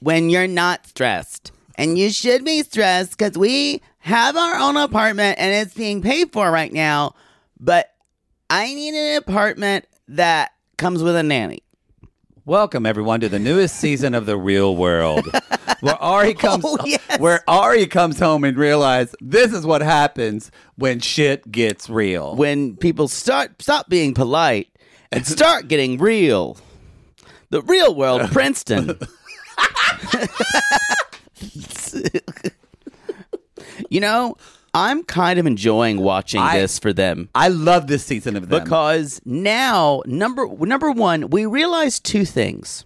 when you're not stressed. And you should be stressed because we have our own apartment and it's being paid for right now. But I need an apartment that comes with a nanny. Welcome everyone to the newest season of The *laughs* Real World. Where Oh, Ari comes where Ari comes home and realizes this is what happens when shit gets real. When people start stop being polite and start getting real, the real *laughs* world, Princeton. you know, I'm kind of enjoying watching I- this for them. I love this season of them. because now number number one we realized two things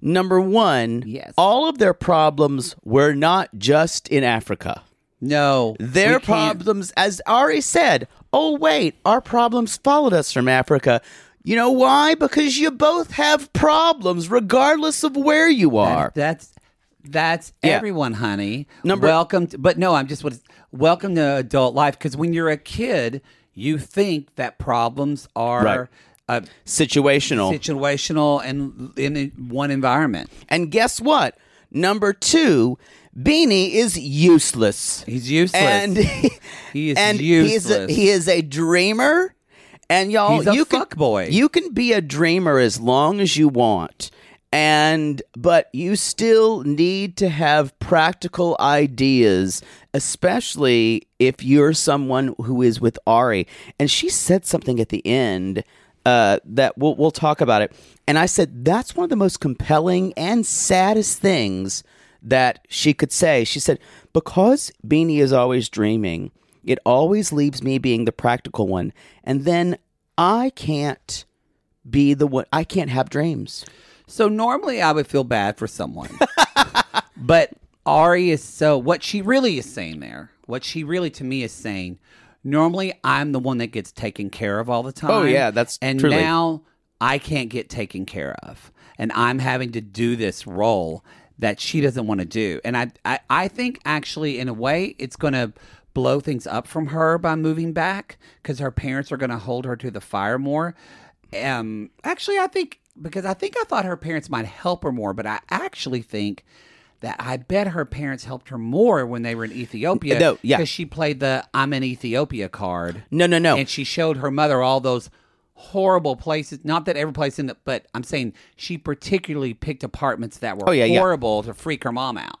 number one Yes. all of their problems were not just in africa no, their we can't- problems as ari said oh wait our problems followed us from africa you know why because you both have problems regardless of where you are That's that's Yeah. everyone, honey. Number- welcome, to, but no, I'm just what welcome to adult life because when you're a kid, you think that problems are Right. uh, situational situational and in one environment. and guess what number two beanie is useless He's useless. and He *laughs* is and He useless. is, a, he is a dreamer, and y'all, He's a you can fuckboy. you can be a dreamer as long as you want, and but you still need to have practical ideas, especially if you're someone who is with Ari. And she said something at the end. Uh, that we'll, we'll talk about it. And I said, that's one of the most compelling and saddest things that she could say. She said, Because Beanie is always dreaming, it always leaves me being the practical one. And then I can't be the one, I can't have dreams. So normally I would feel bad for someone. *laughs* but Ari is so what she really is saying there, what she really to me is saying, normally I'm the one that gets taken care of all the time. Oh, yeah, that's and truly- now I can't get taken care of. And I'm having to do this role that she doesn't want to do. And I, I, I think actually in a way it's gonna blow things up from her by moving back because her parents are gonna hold her to the fire more. Um actually I think because I think I thought her parents might help her more, but I actually think that I bet her parents helped her more when they were in Ethiopia. No, yeah. Because she played the I'm in Ethiopia card. No, no, no. And she showed her mother all those horrible places. Not that every place in the, but I'm saying she particularly picked apartments that were Oh, yeah, yeah. horrible to freak her mom out.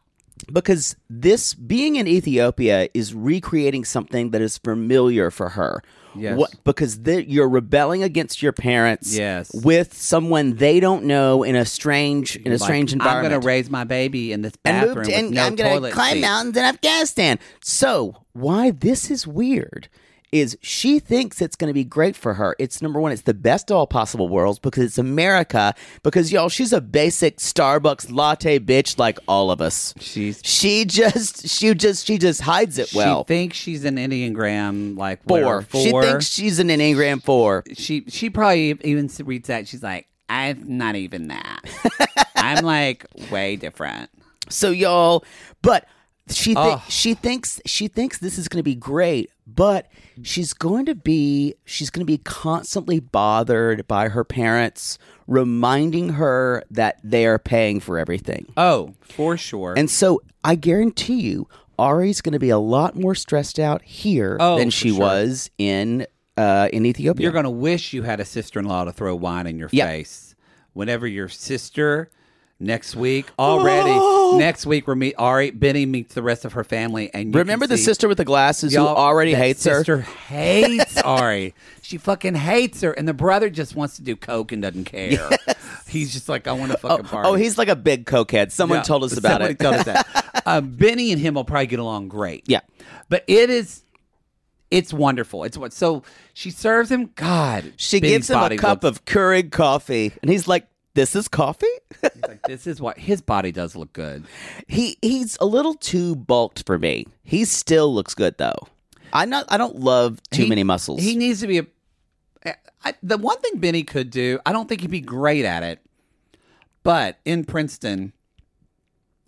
because this being in Ethiopia is recreating something that is familiar for her. Yes. because the, you're rebelling against your parents. Yes. with someone they don't know in a strange in a Like, strange environment. I'm going to raise my baby in this and bathroom moved with and no I'm gonna toilet climb seat. mountains in Afghanistan. So why this is weird is she thinks it's gonna be great for her. It's number one, it's the best of all possible worlds because it's America. Because y'all, she's a basic Starbucks latte bitch like all of us. She's She just she just she just hides it well. she thinks she's an Enneagram like four. four. She thinks she's an Enneagram four. she she probably e, even reads that. She's like, I'm not *laughs* even that. I'm like way different. So y'all, but she thi- Ugh. she thinks she thinks this is going to be great, but she's going to be she's going to be constantly bothered by her parents reminding her that they are paying for everything. Oh, for sure. And so I guarantee you Ari's going to be a lot more stressed out here Oh, than for she sure. was in uh, in Ethiopia. you're gonna wish you had a sister in law to throw wine in your Yeah. face. Whenever your sister next week already next week we're meet Ari Benny meets the rest of her family and you can Remember the see- sister with the glasses who Y'all, already that hates her? *laughs* sister hates Ari. She fucking hates her, and the brother just wants to do coke and *laughs* doesn't care. He's just like, I want to fucking party. Oh, he's like a big cokehead. Someone Yeah, told *laughs* us about somebody it. told *laughs* us that. Uh, Benny and him will probably get along great. Yeah. but it is. It's wonderful. It's what so she serves him. God, She Benny's gives him a body cup looks- of Keurig coffee, and he's like, "This is coffee." *laughs* he's like, this is what his body does look good. he he's a little too bulked for me. He still looks good though. I not I don't love too He- many muscles. He needs to be a. I, the one thing Benny could do, I don't think he'd be great at it, but in Princeton,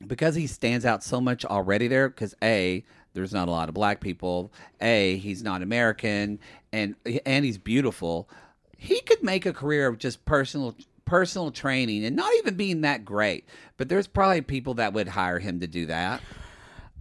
because he stands out so much already there, because a there's not a lot of black people, a he's not American, and and he's beautiful. He could make a career of just personal personal training and not even being that great. But there's probably people that would hire him to do that.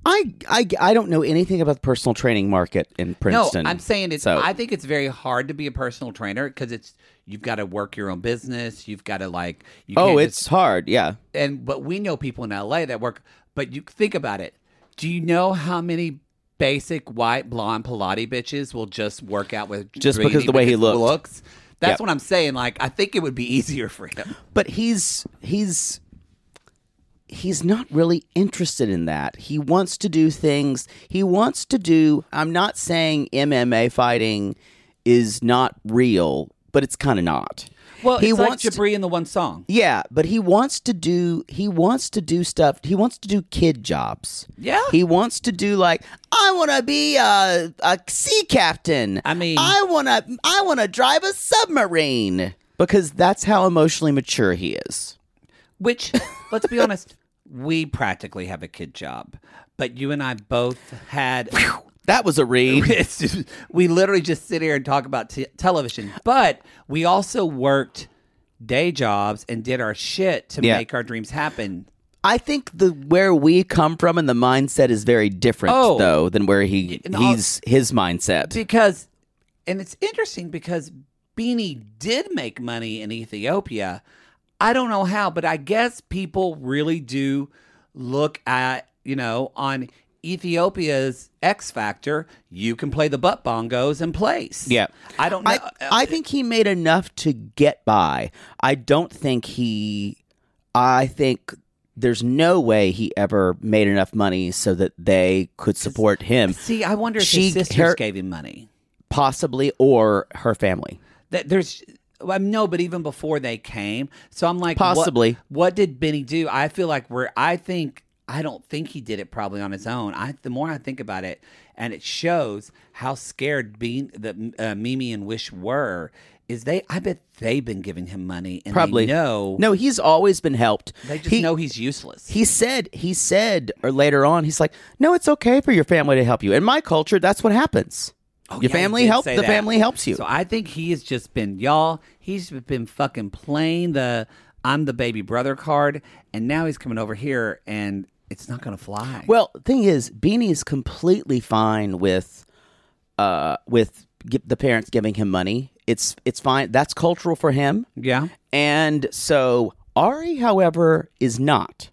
I, I I don't know anything about the personal training market in Princeton. No, I'm saying it's. So- I think it's very hard to be a personal trainer because it's you've got to work your own business. You've got to like. You oh, can't it's just- hard. Yeah, and but we know people in LA that work. But you think about it. Do you know how many basic white blonde Pilates bitches will just work out with Just Drini because the way he because looked. of looks? That's Yep. what I'm saying. Like, I think it would be easier for him. but he's he's he's not really interested in that. He wants to do things. He wants to do. I'm not saying MMA fighting is not real, but it's kind of not. Well, he it's wants like to. Jabri in the one song. Yeah, but he wants to do he wants to do stuff. He wants to do kid jobs. Yeah. He wants to do like I want to be a, a sea captain. I mean- I want to I want to drive a submarine because that's how emotionally mature he is. Which, let's be honest, *laughs* we practically have a kid job. But you and I both had That was a *laughs* read. It's *laughs* just- we literally just sit here and talk about t- television, but we also worked day jobs and did our shit to Yeah. make our dreams happen. I think the where we come from and the mindset is very different Oh. though than where he And I'll- he's his mindset. Because, and it's interesting because Beanie did make money in Ethiopia. I don't know how, but I guess people really do look at, you know, on Ethiopia's X Factor, you can play the butt bongos in place. Yeah. I don't know. I, I think he made enough to get by. I don't think he. I think there's no way he ever made enough money so that they could support him, See, I wonder if She- his sisters her- gave him money. possibly, or her family. that there's well, I'm- no, but even before they came, so I'm like, what- Possibly. What, did Benny do? I feel like we're. I think I don't think he did it probably on his own. I the more I think about it, and it shows how scared being that uh, Mimi and Wish were. Is they? I bet they've been giving him money, and Probably they know. No, he's always been helped. they just He- know he's useless. He said, he said, or later on, he's like, no, it's okay for your family to help you. In my culture, that's what happens. Oh, Your yeah, he family did help- say the that. family helps you. So I think he has just been y'all. He's been fucking playing the I'm the baby brother card, and now he's coming over here, and it's not gonna fly. Well, thing is, Beanie is completely fine with, uh, with gi- the parents giving him money. It's it's fine. That's cultural for him. yeah, And so Ari, however, is not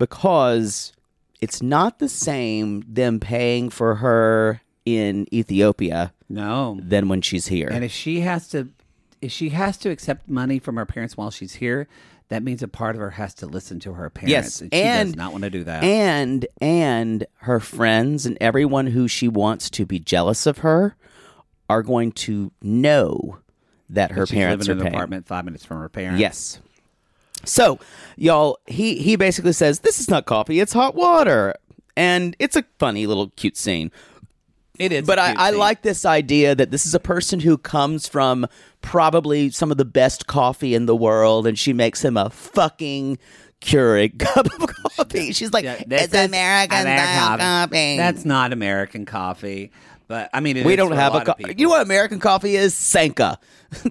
because it's not the same them paying for her in Ethiopia no. than when she's here. And if she has to, if she has to accept money from her parents while she's here, that means a part of her has to listen to her parents. yes, and she and does not want to do that. And and her friends and everyone who she wants to be jealous of her are going to know that her She's parents living in are an paying. apartment five minutes from her parents. Yes. So, y'all, he he basically says this is not coffee, it's hot water. And it's a funny little cute scene. it is. But a I, cute I scene. like this idea that this is a person who comes from probably some of the best coffee in the world, and she makes him a fucking Keurig *laughs* cup of coffee. She's like, Yeah, this it's is American, style coffee. That's not American coffee, but I mean, it we is don't for have a, a, lot of co- people. you know what American coffee is? *laughs* Sanka, *laughs*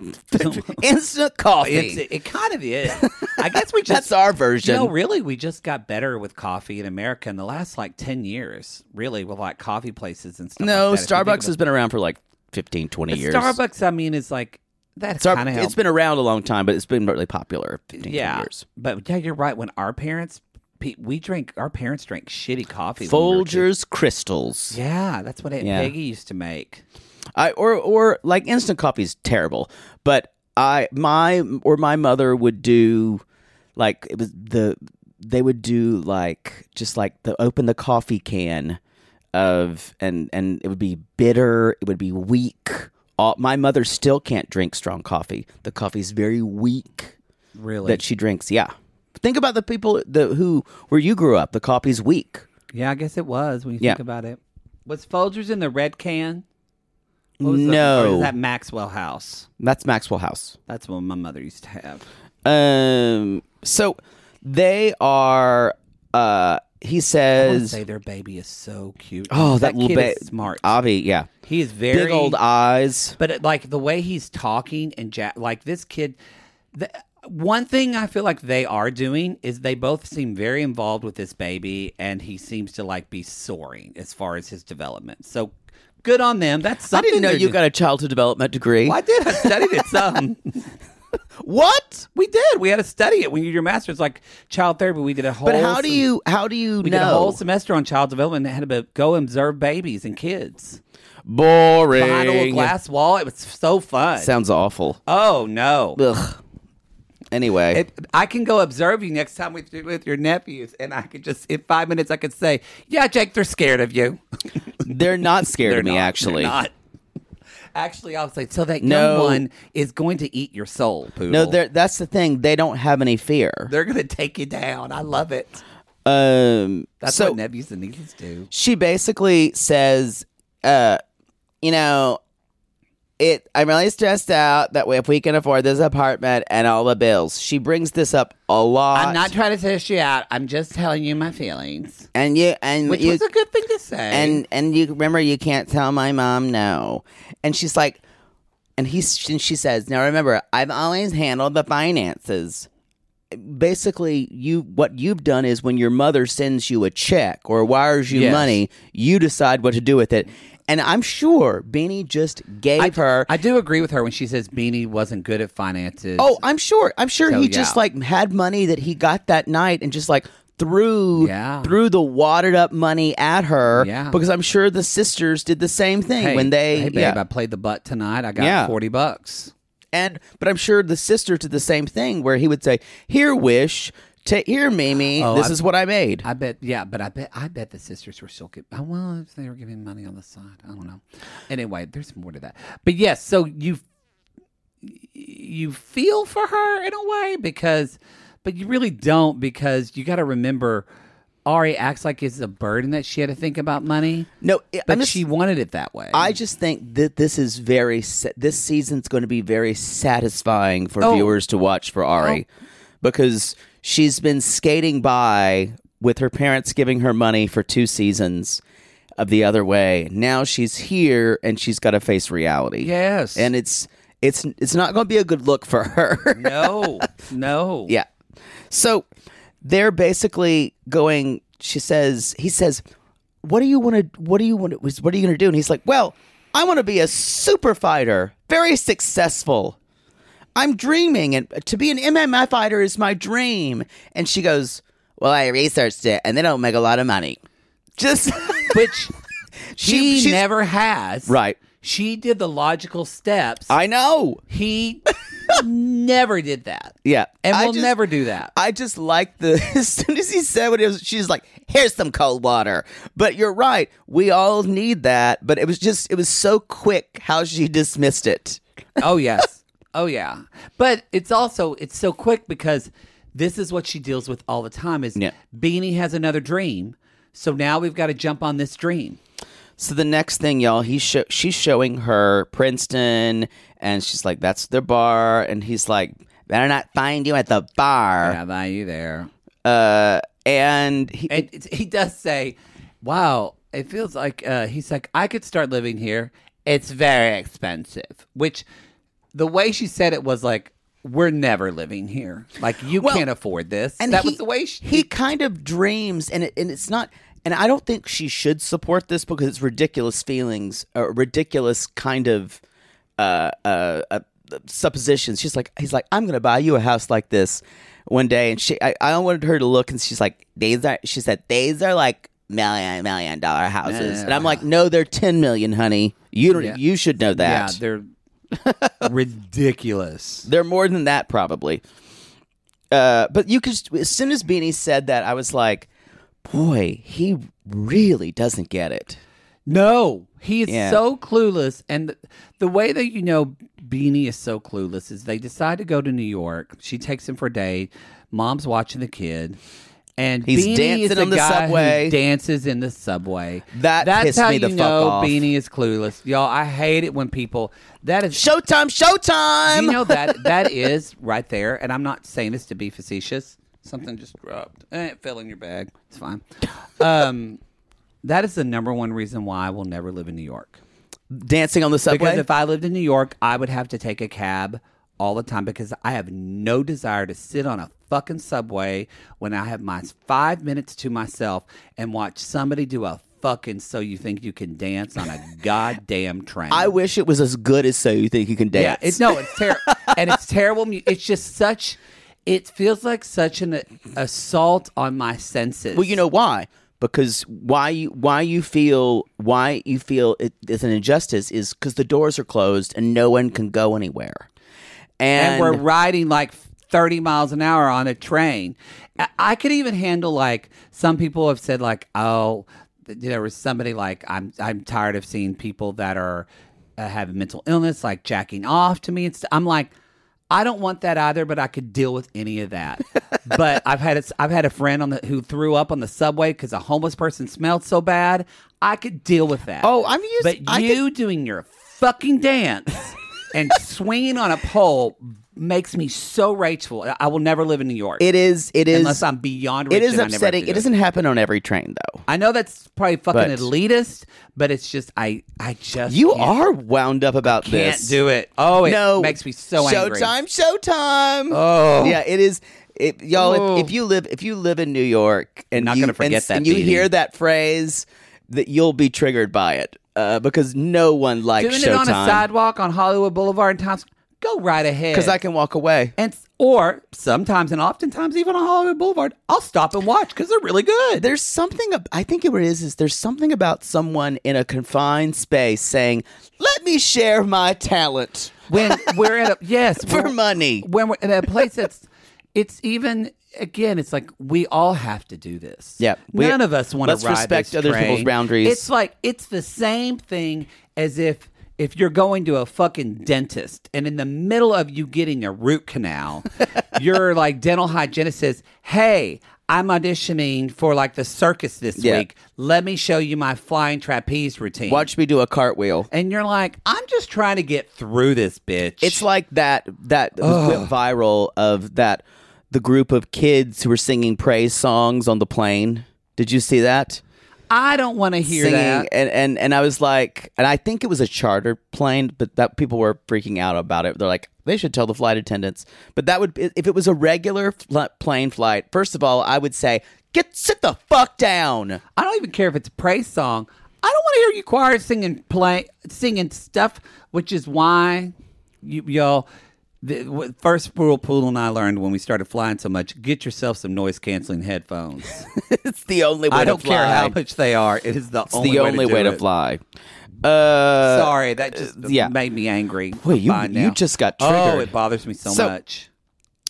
instant coffee. It's, it kind of is. I guess we *laughs* just That's our you version. know, really, we just got better with coffee in America in the last like ten years. Really, with like coffee places and stuff. No, like that. If you think Starbucks has about- been around for like 15, 20 But years. Starbucks, I mean, is like that's Star- kind of it's been around a long time, but it's been really popular 15, 20 yeah. years. But yeah, you're right. When our parents, pe- we drink, our parents drank shitty coffee. when we were kids. Folgers crystals. yeah, that's what Aunt Yeah. Peggy used to make. I or or like instant coffee is terrible, but I my or my mother would do like it was the they would do like just like the open the coffee can of and and it would be bitter, it would be weak. All, my mother still can't drink strong coffee. The coffee is very weak. Really, that she drinks. Yeah. Think about the people the who where you grew up. The coffee's weak. Yeah, I guess it was when you Yeah. think about it. Was Folgers in the red can? What was the- or no, was that Maxwell House? that's Maxwell House. That's what my mother used to have. Um. So they are. Uh. He I wanna says. say their baby is so cute. Oh, that, little kid bit is smart. Avi. Yeah. he is very Big old eyes. But it- like the way he's talking and ja- like this kid, the, one thing I feel like they are doing is they both seem very involved with this baby, and he seems to like be soaring as far as his development. So good on them. That's I something didn't know they're you doing. got a childhood development degree. Well, I did. I studied *laughs* it some. what? We did. We had to study it when you did your master's, like child therapy. We did a whole. But how do sem- you? How do you We know? did a whole semester on child development. and had to go observe babies and kids Boring. behind a little glass wall. It was so fun. Sounds awful. oh no. Ugh. Anyway. It, I can go observe you next time with with your nephews, and I could just in five minutes I could say, "Yeah, Jake, they're scared of you." *laughs* They're not scared *laughs* They're of me, not. They're actually. not. Actually, I'll say so that No. young one is going to eat your soul. Poodle. No, they're, that's the thing. They don't have any fear. They're gonna take you down. I love it. Um, That's so what nephews and nieces do. she basically says, uh, you know, it. I'm really stressed out that if we can afford this apartment and all the bills, she brings this up a lot. I'm not trying to test you out. I'm just telling you my feelings, and you and which you was a good thing to say. and and you remember you can't tell my mom no and she's like and he's and she says now remember i've always handled the finances basically you what you've done is when your mother sends you a check or wires you Yes. money you decide what to do with it and i'm sure beanie just gave I, her I do agree with her when she says Beanie wasn't good at finances. oh i'm sure i'm sure So, he just yeah. like had money that he got that night and just like threw Yeah. threw the wadded up money at her Yeah. because i'm sure the sisters did the same thing when they hey babe, yeah. I played the butt tonight. I got Yeah. forty bucks. and but I'm sure the sister did the same thing where he would say, "Here, wish, ta here, Mimi, Oh, this I- is what I made." I bet, yeah, but I bet, I bet the sisters were still giving. Oh, well, if they were giving money on the side, I don't know. Anyway, there's more to that. But yes, so you you feel for her in a way because, but you really don't because you got to remember, Ari acts like it's a burden that she had to think about money, no, I- but I'm just, she wanted it that way. I just think that this is very sa- this season's going to be very satisfying for Oh. viewers to watch for Ari because she's been skating by with her parents giving her money for two seasons. of the other way. Now she's here and she's got to face reality. Yes. And it's it's it's not going to be a good look for her. *laughs* no, no. Yeah. So they're basically going. She says, he says, "What do you want to? What do you want? to What are you going to do?" And he's like, "Well, I want to be a super fighter, very successful. I'm dreaming, and to be an MMA fighter is my dream." And she goes, "Well, I researched it, and they don't make a lot of money." Just *laughs* Which she, she's- never has. Right. She did the logical steps. I know. he never did that. Yeah, And I we'll just- never do that. I just like the *laughs* as soon as he said what it was, she's like, "Here's some cold water." But you're right, we all need that. But it was just, it was so quick how she dismissed it. Oh yes. Oh yeah. But it's also it's so quick because this is what she deals with all the time is Yeah. Beanie has another dream. So now we've got to jump on this dream. So the next thing, y'all, he sho- she's showing her Princeton, and she's like, "That's the bar," and he's like, "Better not find you at the bar." by you there. Uh, and he, And it's- he does say, "Wow, it feels like uh, he's like I could start living here. It's very expensive." Which the way she said it was like, "We're never living here. Like you Well, can't afford this." and that he- was the way she, he kind of dreams and it, and it's not and I don't think she should support this because it's ridiculous feelings uh, ridiculous kind of uh, uh, uh, suppositions she's like he's like I'm gonna buy you a house like this one day and she I, I wanted her to look and she's like these are she said these are like million million dollar houses and I'm like no they're 10 million honey you don't Yeah. you should know Yeah, that they're *laughs* ridiculous. they're more than that, probably. Uh, but you could, as soon as Beanie said that, I was like, boy, he really doesn't get it. No, he is Yeah. so clueless. And the, the way that you know Beanie is so clueless is they decide to go to New York. She takes him for a day. Mom's watching the kid. And He's Beanie dancing is the on the guy subway. Who dances in the subway. That That's pissed how me the you fuck know off. Beanie is clueless, y'all. I hate it when people that is Showtime, showtime! you know *laughs* that that is right there, and I'm not saying this to be facetious. Something just dropped. Eh, it fell in your bag. It's fine. Um, that is the number one reason why I will never live in New York. Dancing on the subway. Because if I lived in New York, I would have to take a cab all the time because I have no desire to sit on a fucking subway when I have my five minutes to myself and watch somebody do a fucking so you think you can dance *laughs* on a goddamn train. I wish it was as good as So You Think You Can Yeah, Dance. it's no, it's terrible, *laughs* and it's terrible. mu- It's just such. It feels like such an assault on my senses. Well, you know why? Because why you why you feel why you feel it is an injustice is because the doors are closed and no one can go anywhere. And, and, we're riding like 30 miles an hour on a train. I, I could even handle like some people have said like, oh, th- there was somebody like I'm I'm tired of seeing people that are uh, having mental illness like jacking off to me and stuff. I'm like. I don't want that either, but I could deal with any *laughs* of that. but I've had a, I've had a friend on the who threw up on the subway because a homeless person smelled so bad. I could deal with that. Oh, I'm used- But I you doing your fucking dance *laughs* and swinging on a pole makes me so rageful. I- I will never live in New York it is it is unless I'm beyond. Rich it is and I never have to upsetting. do It doesn't happen on every train though. I know that's probably fucking But- elitist, but it's just I I just You can't- are wound up about can't this. do it. Oh, it no, makes me so angry. Showtime, showtime. Oh. yeah, it is. It, y'all, Oh. if, if you live if you live in New York and Not you, gonna forget and, that and you meeting. hear that phrase, that you'll be triggered by it uh, because no one likes Doing it showtime. on a sidewalk on Hollywood Boulevard and Times. Go right ahead. because I can walk away. and or sometimes and oftentimes even on Hollywood Boulevard, I'll stop and watch because they're really good. There's something ab- I think what it is is there's something about someone in a confined space saying, "Let me share my talent." when we're at a yes *laughs* For when- money. when we're at a place that's it's even again it's like we all have to do this Yeah, we- none of us want let's to ride respect this other train. people's boundaries. it's like it's the same thing as if if you're going to a fucking dentist and in the middle of you getting a *laughs* root canal your like dental hygienist says hey I'm auditioning for like the circus this Yeah. week. Let me show you my flying trapeze routine. Watch me do a cartwheel. And you're like, I'm just trying to get through this bitch. It's like that that went viral of that the group of kids who were singing praise songs on the plane. Did you see that? I don't want to hear singing, that. and and and I was like, and I think it was a charter plane, but that people were freaking out about it. They're like, they should tell the flight attendants. But that would if it was a regular fl- plane flight. First of all, I would say, get sit the fuck down. *laughs* I don't even care if it's a praise song. I don't want to hear you choir singing play singing stuff, which is why you, y'all. The w- first rule Poodle and I learned when we started flying so much: get yourself some noise *laughs* canceling headphones. it's the only way. I to don't care how fly. much they are; it is the It's only the way only to, do way to it. fly. Uh, Sorry, that just uh, yeah. made me angry. Wait, you- By you now. just got Oh, triggered. it bothers me so, So- much.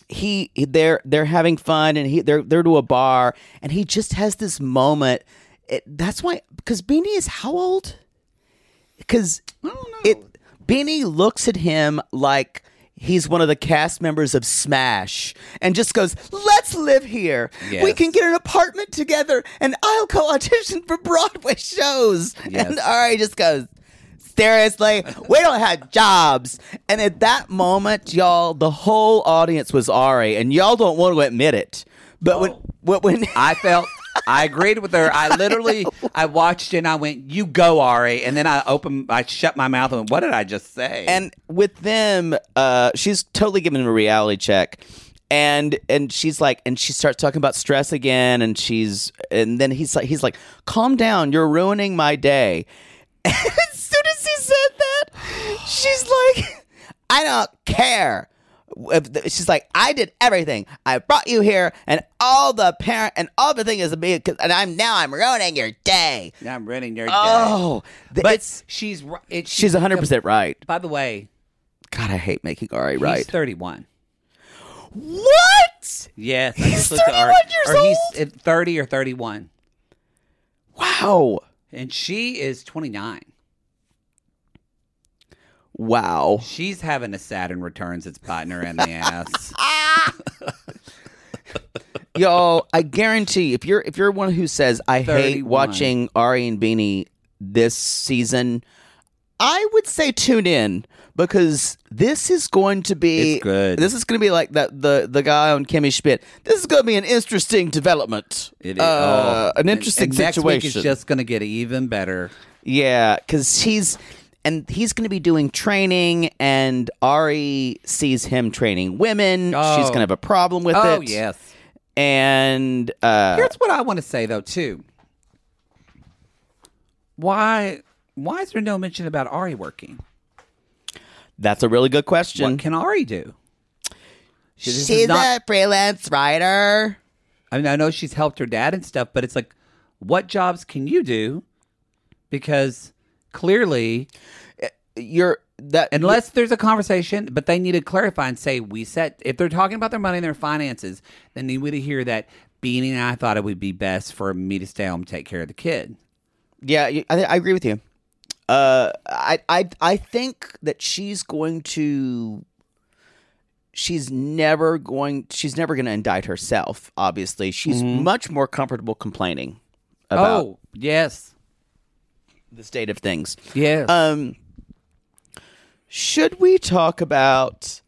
he they're they're having fun and he they're they're to a bar and he just has this moment. It, that's why because Beanie is how old? Because it Beanie looks at him like he's one of the cast members of Smash and just goes, "Let's live here. We Yes. can get an apartment together, and I'll go audition for Broadway shows." Yes. And Ari just goes. Seriously, we don't have jobs. And at that moment, y'all, the whole audience was Ari, and y'all don't want to admit it. But when, when, when I felt. I agreed with her. *laughs* I literally, I watched it and I went, "You go, Ari," and then I opened, I shut my mouth and went, "What did I just say?" and with them uh, she's totally giving him a reality check and and she's like and she starts talking about stress again and she's and then he's like he's like calm down you're ruining my day *laughs* and as soon as he said that she's like i don't care If the- she's like i did everything i brought you here and all the parent and all the thing is me and i'm now i'm ruining your day I'm ruining your day. oh th- But it's she's ri- it, she's 100% right By the way, god i hate making ari he's right 31. What? Yes, I He's just looked at our- 31 years or he's old? at 30 or 31, Wow. and she is 29. Wow. She's having a Saturn returns its biting her in the ass. Y'all, I guarantee if you're if you're one who says I hate 31. watching Ari and Beanie this season, I would say tune in because this is going to be It's good. This is going to be like that the the guy on Kimmy Schmidt. This is going to be an interesting development. It *laughs* is Uh, oh. an interesting and, and Next situation. week is just going to get even better. Yeah, because he's and he's going to be doing training, and Ari sees him training women. She's Oh. going to have a problem with it. oh yes. and uh, Here's what I want to say though too. Why? Why is there no mention about Ari working? that's a really good question. What can Ari do? This is She's not- a freelance writer. I mean, I know she's helped her dad and stuff, but it's like, what jobs can you do? Because clearly, You're that unless there's a conversation, but they need to clarify and say, we set, if they're talking about their money and their finances, then they need to hear that Beanie and I thought it would be best for me to stay home and take care of the kid. Yeah, you- I, I agree with you. Uh, I, I, I think that she's going to. She's never going. She's never going to indict herself. Obviously, she's much more comfortable complaining about Mm-hmm. oh, yes. the state of things. Yes. Um, should we talk about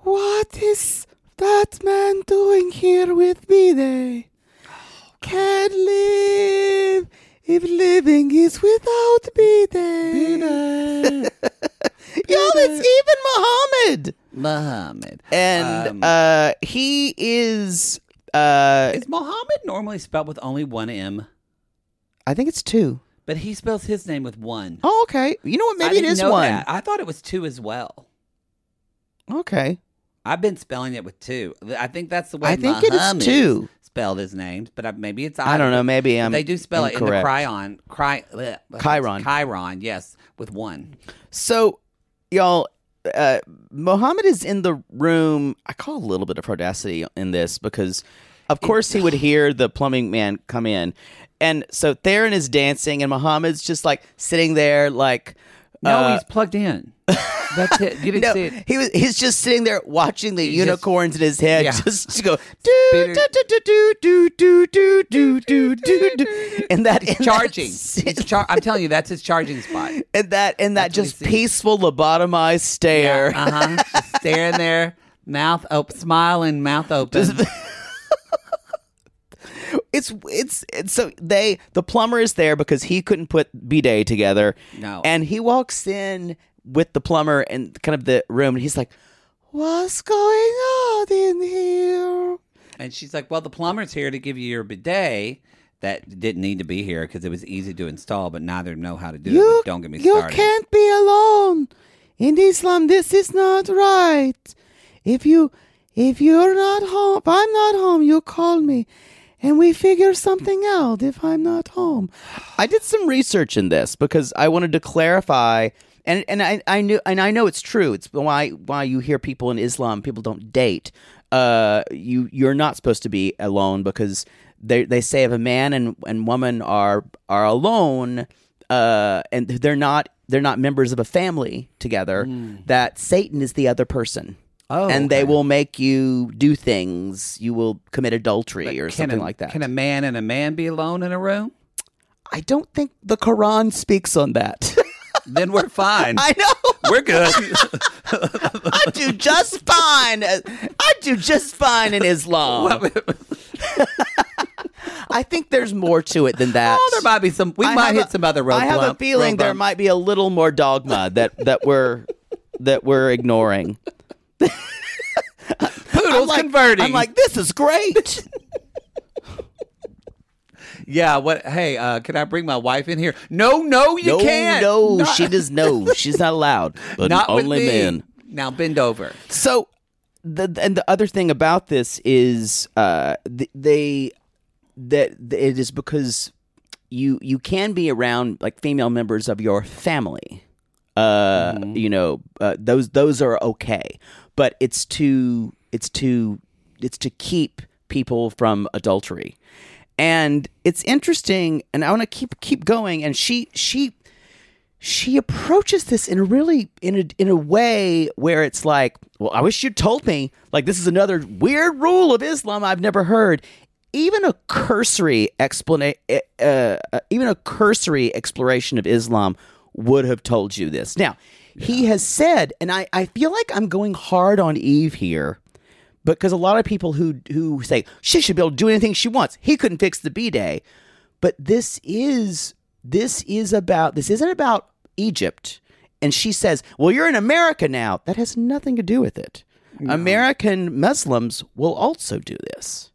what is that man doing here with me? They can't live if living is without me. They *laughs* y'all, it's even Muhammad, Muhammad. and Um, uh, he is. Uh, is Muhammad normally spelled with only one M? I think it's two. But he spells his name with one. Oh, okay. You know what? I Maybe it didn't is know one. that. I thought it was two as well. Okay. I've been spelling it with two. I think that's the way I think it is Muhammad two. spelled his names, but I, maybe it's I don't know. Maybe But I'm they do spell it in the incorrect. cryon, cry, uh, bleh, Chiron. Chiron, yes, with one. So, y'all, uh, Mohammed is in the room. I call a little bit of audacity in this because, of course, *sighs* he would hear the plumbing man come in, and so Theron is dancing, and Mohammed's just like sitting there, like No, uh, he's plugged *laughs* in. That's it. You didn't no, see it. *laughs* he was he's just sitting there watching the just- unicorns in his head Yeah. just *laughs* to go do do Spinner. do do do do do do do *laughs* do and that and that *laughs* Charging. sit- He's char- I'm telling you, that's his charging spot. and that and that That's what he just sees. peaceful lobotomized stare. Uh huh. Just staring there, mouth open, smiling, mouth open. It's, it's it's so they the plumber is there because he couldn't put B Day together. No. And he walks in with the plumber and kind of the room and he's like, What's going on in here? And she's like, "Well, the plumber's here to give you your bidet that didn't need to be here because it was easy to install, but neither know how to do it. But don't get me you started." can't be alone in Islam. This is not right. If you if you're not home, if I'm not home, you call me, and we figure something out. If I'm not home, I did some research in this because I wanted to clarify. And, and I, I knew and I know it's true. It's why why you hear people in Islam people don't date. Uh, you you're not supposed to be alone because they they say if a man and, and woman are are alone, uh, and they're not they're not members of a family together that satan is the other person Hmm. Oh, and they okay. will make you do things you will commit adultery But or can something a- like that Can a man and a man be alone in a room? i don't think the quran speaks on that *laughs* Then *laughs* we're fine. i know we're good. i do just fine i do just fine in islam *laughs* i think there's more to it than that *laughs* oh, there might be some. We I might have hit a- some other road I have a bump- feeling road there bump. might be a little more dogma that that we're that we're ignoring. Poodles I'm like, converting. I'm like, this is great. yeah. What? Hey, uh, can I bring my wife in here? No, no, *laughs* you no, can't. no, Not- she does no. She's not allowed. But *laughs* Not with only me. men. Now bend over. So, the and the other thing about this is uh, th- they that it is because you you can be around like female members of your family. Uh, you know, uh, those those are okay, but it's to it's to it's to keep people from adultery, and it's interesting. And I want to keep keep going. And she she she approaches this in a really in a in a way where it's like, well, I wish you'd told me. Like this is another weird rule of Islam I've never heard. Even a cursory explanation, uh, uh, even a cursory exploration of Islam would have told you this. Now, he has said, and I, I feel like I'm going hard on Eve here because a lot of people who who say she should be able to do anything she wants. He couldn't fix the B day, but this is this is about this isn't about Egypt. And she says, "Well, you're in America now. That has nothing to do with it. American Muslims will also do this."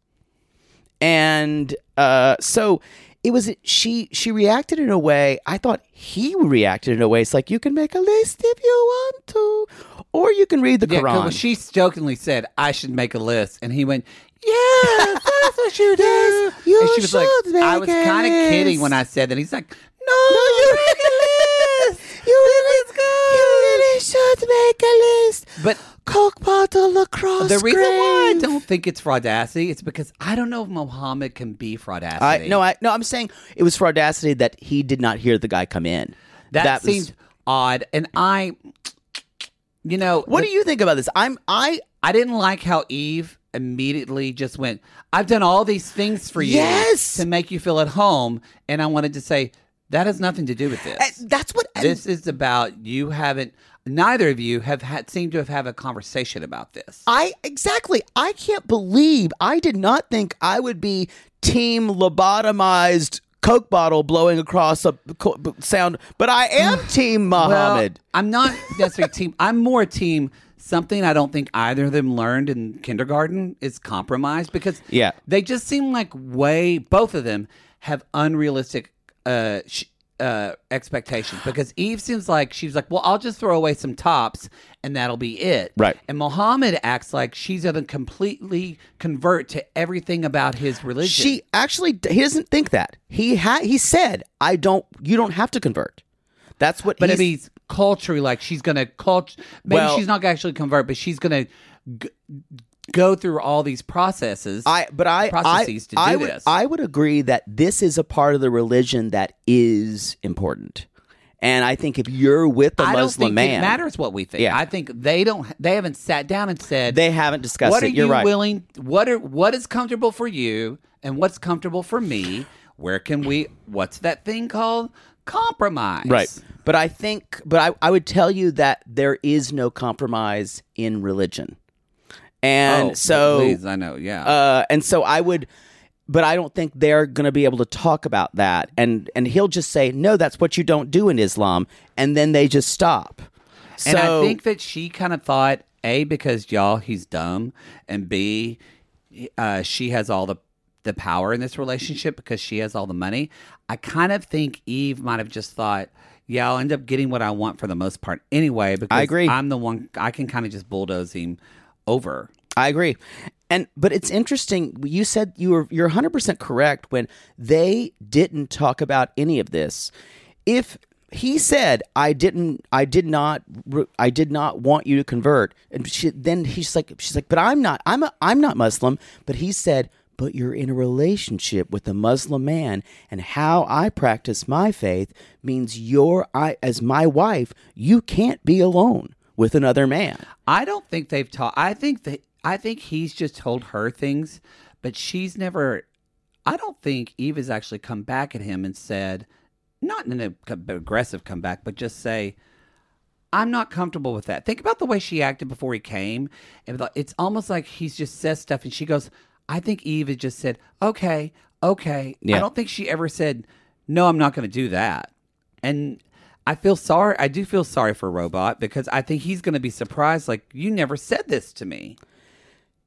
And uh, so it was. She she reacted in a way. I thought he reacted in a way. It's like you can make a list if you want to, or you can read the Yeah, 'cause Quran. when she jokingly said, "I should make a list," and he went, *laughs* "Yes, that's what you do." *laughs* Yes, you and she was like, should "I make was a kind of kidding list." when I said that." He's like, "No, you make a *laughs* list. You really, you really should make a list. But Coke bottle across the reason why I grave. don't think it's fraudacity is because I don't know if Mohammed can be fraudacity. I, no, I no. I'm saying it was for audacity that he did not hear the guy come in. was- that, seems odd, and I, you know, What the- do you think about this? I'm I. I didn't like how Eve immediately just went, I've done all these things for you Yes! to make you feel at home. And I wanted to say, that has nothing to do with I- this. eh, That's what. and- this is about you haven't, neither of you have had, seemed to have had a conversation about this. I exactly. I can't believe I did not think I would be team lobotomized Coke bottle blowing across a co- b- sound, but I am *sighs* team Muhammad. Well, I'm not necessarily team. I'm more team. Something I don't think either of them learned in kindergarten is compromise because Yeah. they just seem like way both of them have unrealistic uh, sh- uh, expectations because Eve seems like she's like, well, I'll just throw away some tops and that'll be it, Right. And Mohammed acts like she's gonna completely convert to everything about his religion. She actually d- he doesn't think that. He ha- he said, "I don't you don't have to convert." That's what But he's, it means culturally, like she's gonna culture. Maybe Well- she's not gonna actually convert, but she's gonna g- go through all these processes. I but I I, processes to do I would, this. I would agree that this is a part of the religion that is important. And I think if you're with a I Muslim don't think man, it matters what we think. Yeah. I think they don't. They haven't sat down and said they haven't discussed What it. are you're you right. willing? What are what is comfortable for you, and what's comfortable for me? Where can we? What's that thing called? Compromise. Right. But I think, but I, I would tell you that there is no compromise in religion. And Oh, so, please, I know. Yeah. uh, and so I would, but I don't think they're going to be able to talk about that. And and he'll just say, "No, that's what you don't do in Islam," and then they just stop. So and I think that she kind of thought a because y'all he's dumb, and b uh, she has all the the power in this relationship because she has all the money. I kind of think Eve might have just thought, yeah, I'll end up getting what I want for the most part anyway. Because agree. I'm the one I can kind of just bulldoze him over. I agree. And but it's interesting. You said you were you're 100 percent correct when they didn't talk about any of this. If he said I didn't, I did not, re- I did not want you to convert, and she, then he's like, she's like, but I'm not, I'm a, I'm not Muslim. But he said, but you're in a relationship with a Muslim man, and how I practice my faith means you're, I as my wife, you can't be alone with another man. I don't think they've talked. I think that I think he's just told her things, but she's never. I don't think Eve has actually come back at him and said, not in an ag- aggressive comeback, but just say, "I'm not comfortable with that." Think about the way she acted before he came, and the- it's almost like he's just says stuff, and she goes, "I think Eve has just said, okay, okay." Yeah. I don't think she ever said, "No, I'm not going to do that," and. I feel sorry. I do feel sorry for Robot because I think he's going to be surprised. Like you never said this to me.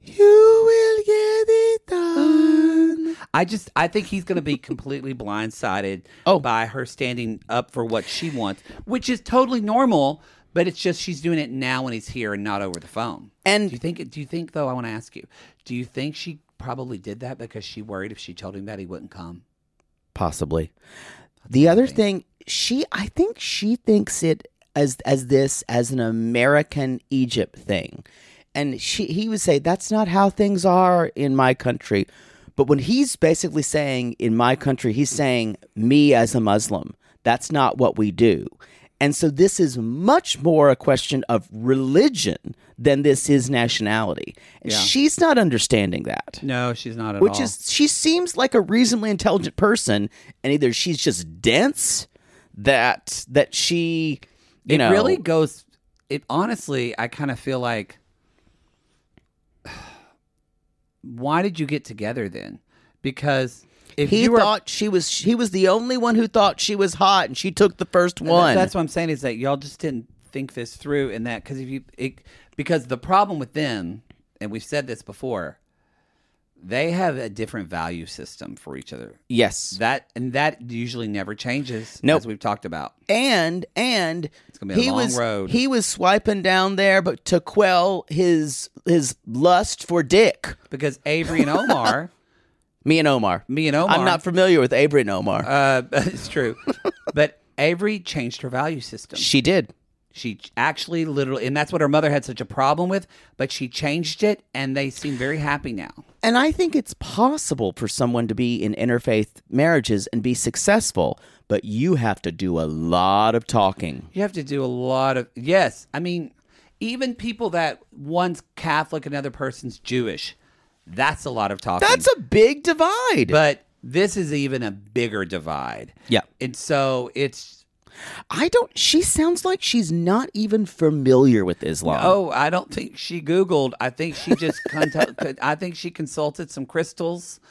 You will get it done. I just, I think he's going to be completely *laughs* blindsided Oh. by her standing up for what she wants, which is totally normal. But it's just she's doing it now when he's here and not over the phone. And- do you think? Do you think though? I want to ask you. Do you think she probably did that because she worried if she told him that he wouldn't come? possibly the what I other think. thing she i think she thinks it as as this as an american egypt thing and she he would say that's not how things are in my country but when he's basically saying in my country he's saying me as a muslim that's not what we do and so this is much more a question of religion than this is nationality and Yeah. she's not understanding that No, she's not at which all. is she seems like a reasonably intelligent person and either she's just dense that that she you it know really goes it honestly i kind of feel like *sighs* why did you get together then because if he you were thought she was he was the only one who thought she was hot and she took the first And that- one That's what I'm saying is that y'all just didn't think this through, and that because if you it, because the problem with them, and we've said this before, they have a different value system for each other. yes That and that usually never changes. Nope. as we've talked about. and and gonna be a he long was road. he was swiping down there but to quell his his lust for dick Because Avery and Omar, *laughs* me and omar me and Omar, i'm not familiar with avery and omar Uh, *laughs* it's true, but Avery changed her value system. she did She actually literally, and that's what her mother had such a problem with, but she changed it and they seem very happy now. And I think it's possible for someone to be in interfaith marriages and be successful, but you have to do a lot of talking. You have to do a lot of, yes. I mean, even people that one's Catholic, another person's Jewish, that's a lot of talking. That's a big divide. but this is even a bigger divide. Yeah. And so it's, I don't, she sounds like she's not even familiar with Islam. oh, I don't think she Googled. I think she just, *laughs* cont- I think she consulted some crystals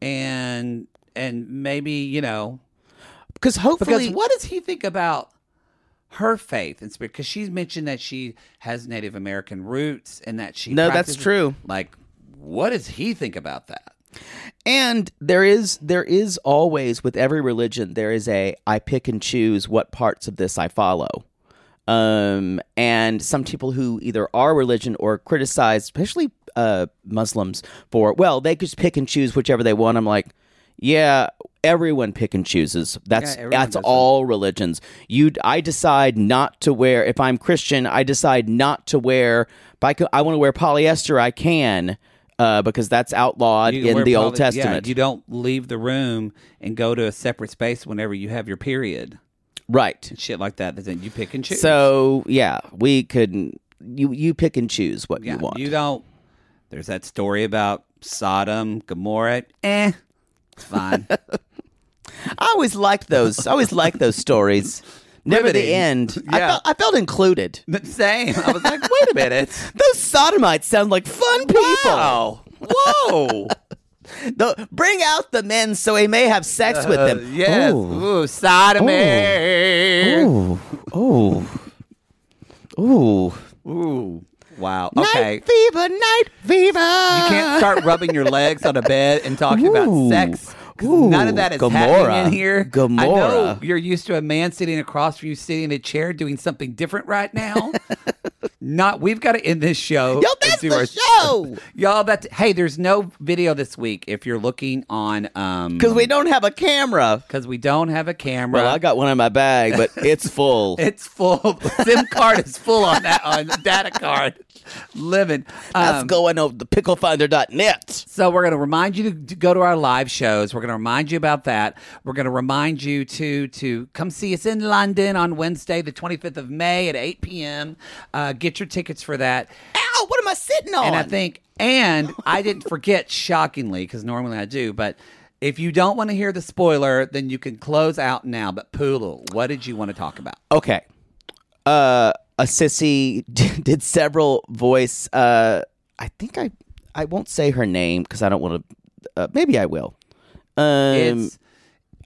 and, and maybe, you know, because hopefully, Because what does he think about her faith and spirit? Because she's mentioned that she has Native American roots and that she No, that's practices- true. Like, what does he think about that? and there is there is always with every religion there is a i pick and choose what parts of this i follow um and some people who either are religion or criticize especially uh muslims for well they could just pick and choose whichever they want i'm like yeah everyone pick and chooses that's Yeah, everyone that's does that. all religions you i decide not to wear if i'm christian i decide not to wear if i, co- I want to wear polyester i can uh, because that's outlawed You Uh, in wear the Old probably- yeah, Testament. you don't leave the room and go to a separate space whenever you have your period. right. Shit like that. Then you pick and choose. So yeah, we could you you pick and choose what yeah, you want. don't. There's that story about Sodom, Gomorrah. Eh, *laughs* it's fine. I always like those. I always like those *laughs* stories. Never the Riveting. end. I, Yeah. felt, I felt included. but same. I was *laughs* like, wait a minute. Those sodomites sound like fun people. Wow. Whoa. *laughs* The, bring out the men so he may have sex with Uh, them. yes. Ooh. Ooh, sodomy. Ooh. Ooh. Ooh. Ooh. Wow. Okay. Night fever, night fever. You can't start rubbing your legs on a bed and talking about Ooh. sex. 'cause Ooh. None of that is happening Gamora. in here. Gamora. I know you're used to a man sitting across from you, sitting in a chair, doing something different *laughs* right now. Not. We've got to end this show. Yo, and that's do the our- *laughs* show. Y'all, that's hey. There's no video this week. If you're looking on, um, Because we don't have a camera. because we don't have a camera. Well, I got one in my bag, but it's *laughs* full. It's full. SIM card is full on that on data card. Living. That's Um, going over to picklefinder.net. So we're going to remind you to, to go to our live shows. We're going to remind you about that. We're going to remind you to to come see us in London on Wednesday, the 25th of May at 8 p.m. Uh, get your tickets for that. Ow, what am I sitting on? And I think, and I didn't forget shockingly because normally I do, but. If you don't want to hear the spoiler, then you can close out now. But Poodle, what did you want to talk about? Okay. Uh, a sissy *laughs* did several voice. Uh, I think I I won't say her name because I don't want to. Uh, maybe I will. Um, it's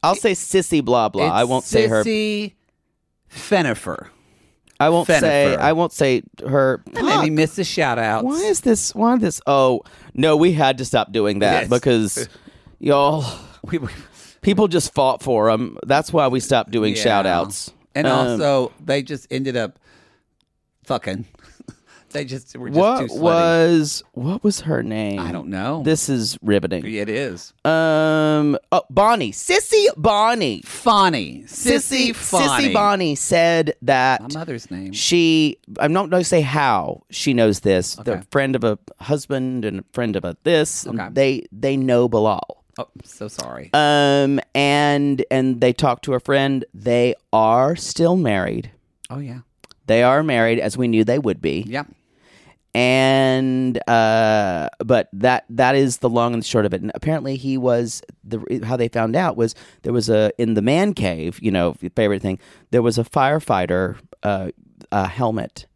I'll say sissy blah blah. I it's won't say her. Sissy Fenifer. I won't say. Fenifer. I won't say her. Maybe Fuck. miss the shout outs. Why is this? Why this? Oh no, we had to stop doing that Yes. *laughs* because y'all, *laughs* we, we- people just fought for them. That's why we stopped doing Yeah. shout outs. Um, And also, they just ended up fucking. *laughs* they just were just what too slutty. was what was her name? I don't know. This is riveting. it is Um, oh, Bonnie, Sissy Bonnie, Fonny, sissy, Fonny. Sissy Bonnie said that My mother's name. she. I'm not going to say how she knows this. Okay. The friend of a husband and a friend of a this. and Okay. They they know Bilal. Oh, so sorry. Um, and and they talked to a friend. They are still married. oh yeah, They are married, as we knew they would be. yeah. and uh but that that is the long and short of it and apparently he was the how they found out was there was a in the man cave you know favorite thing there was a firefighter uh a helmet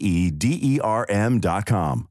E D E R M.com.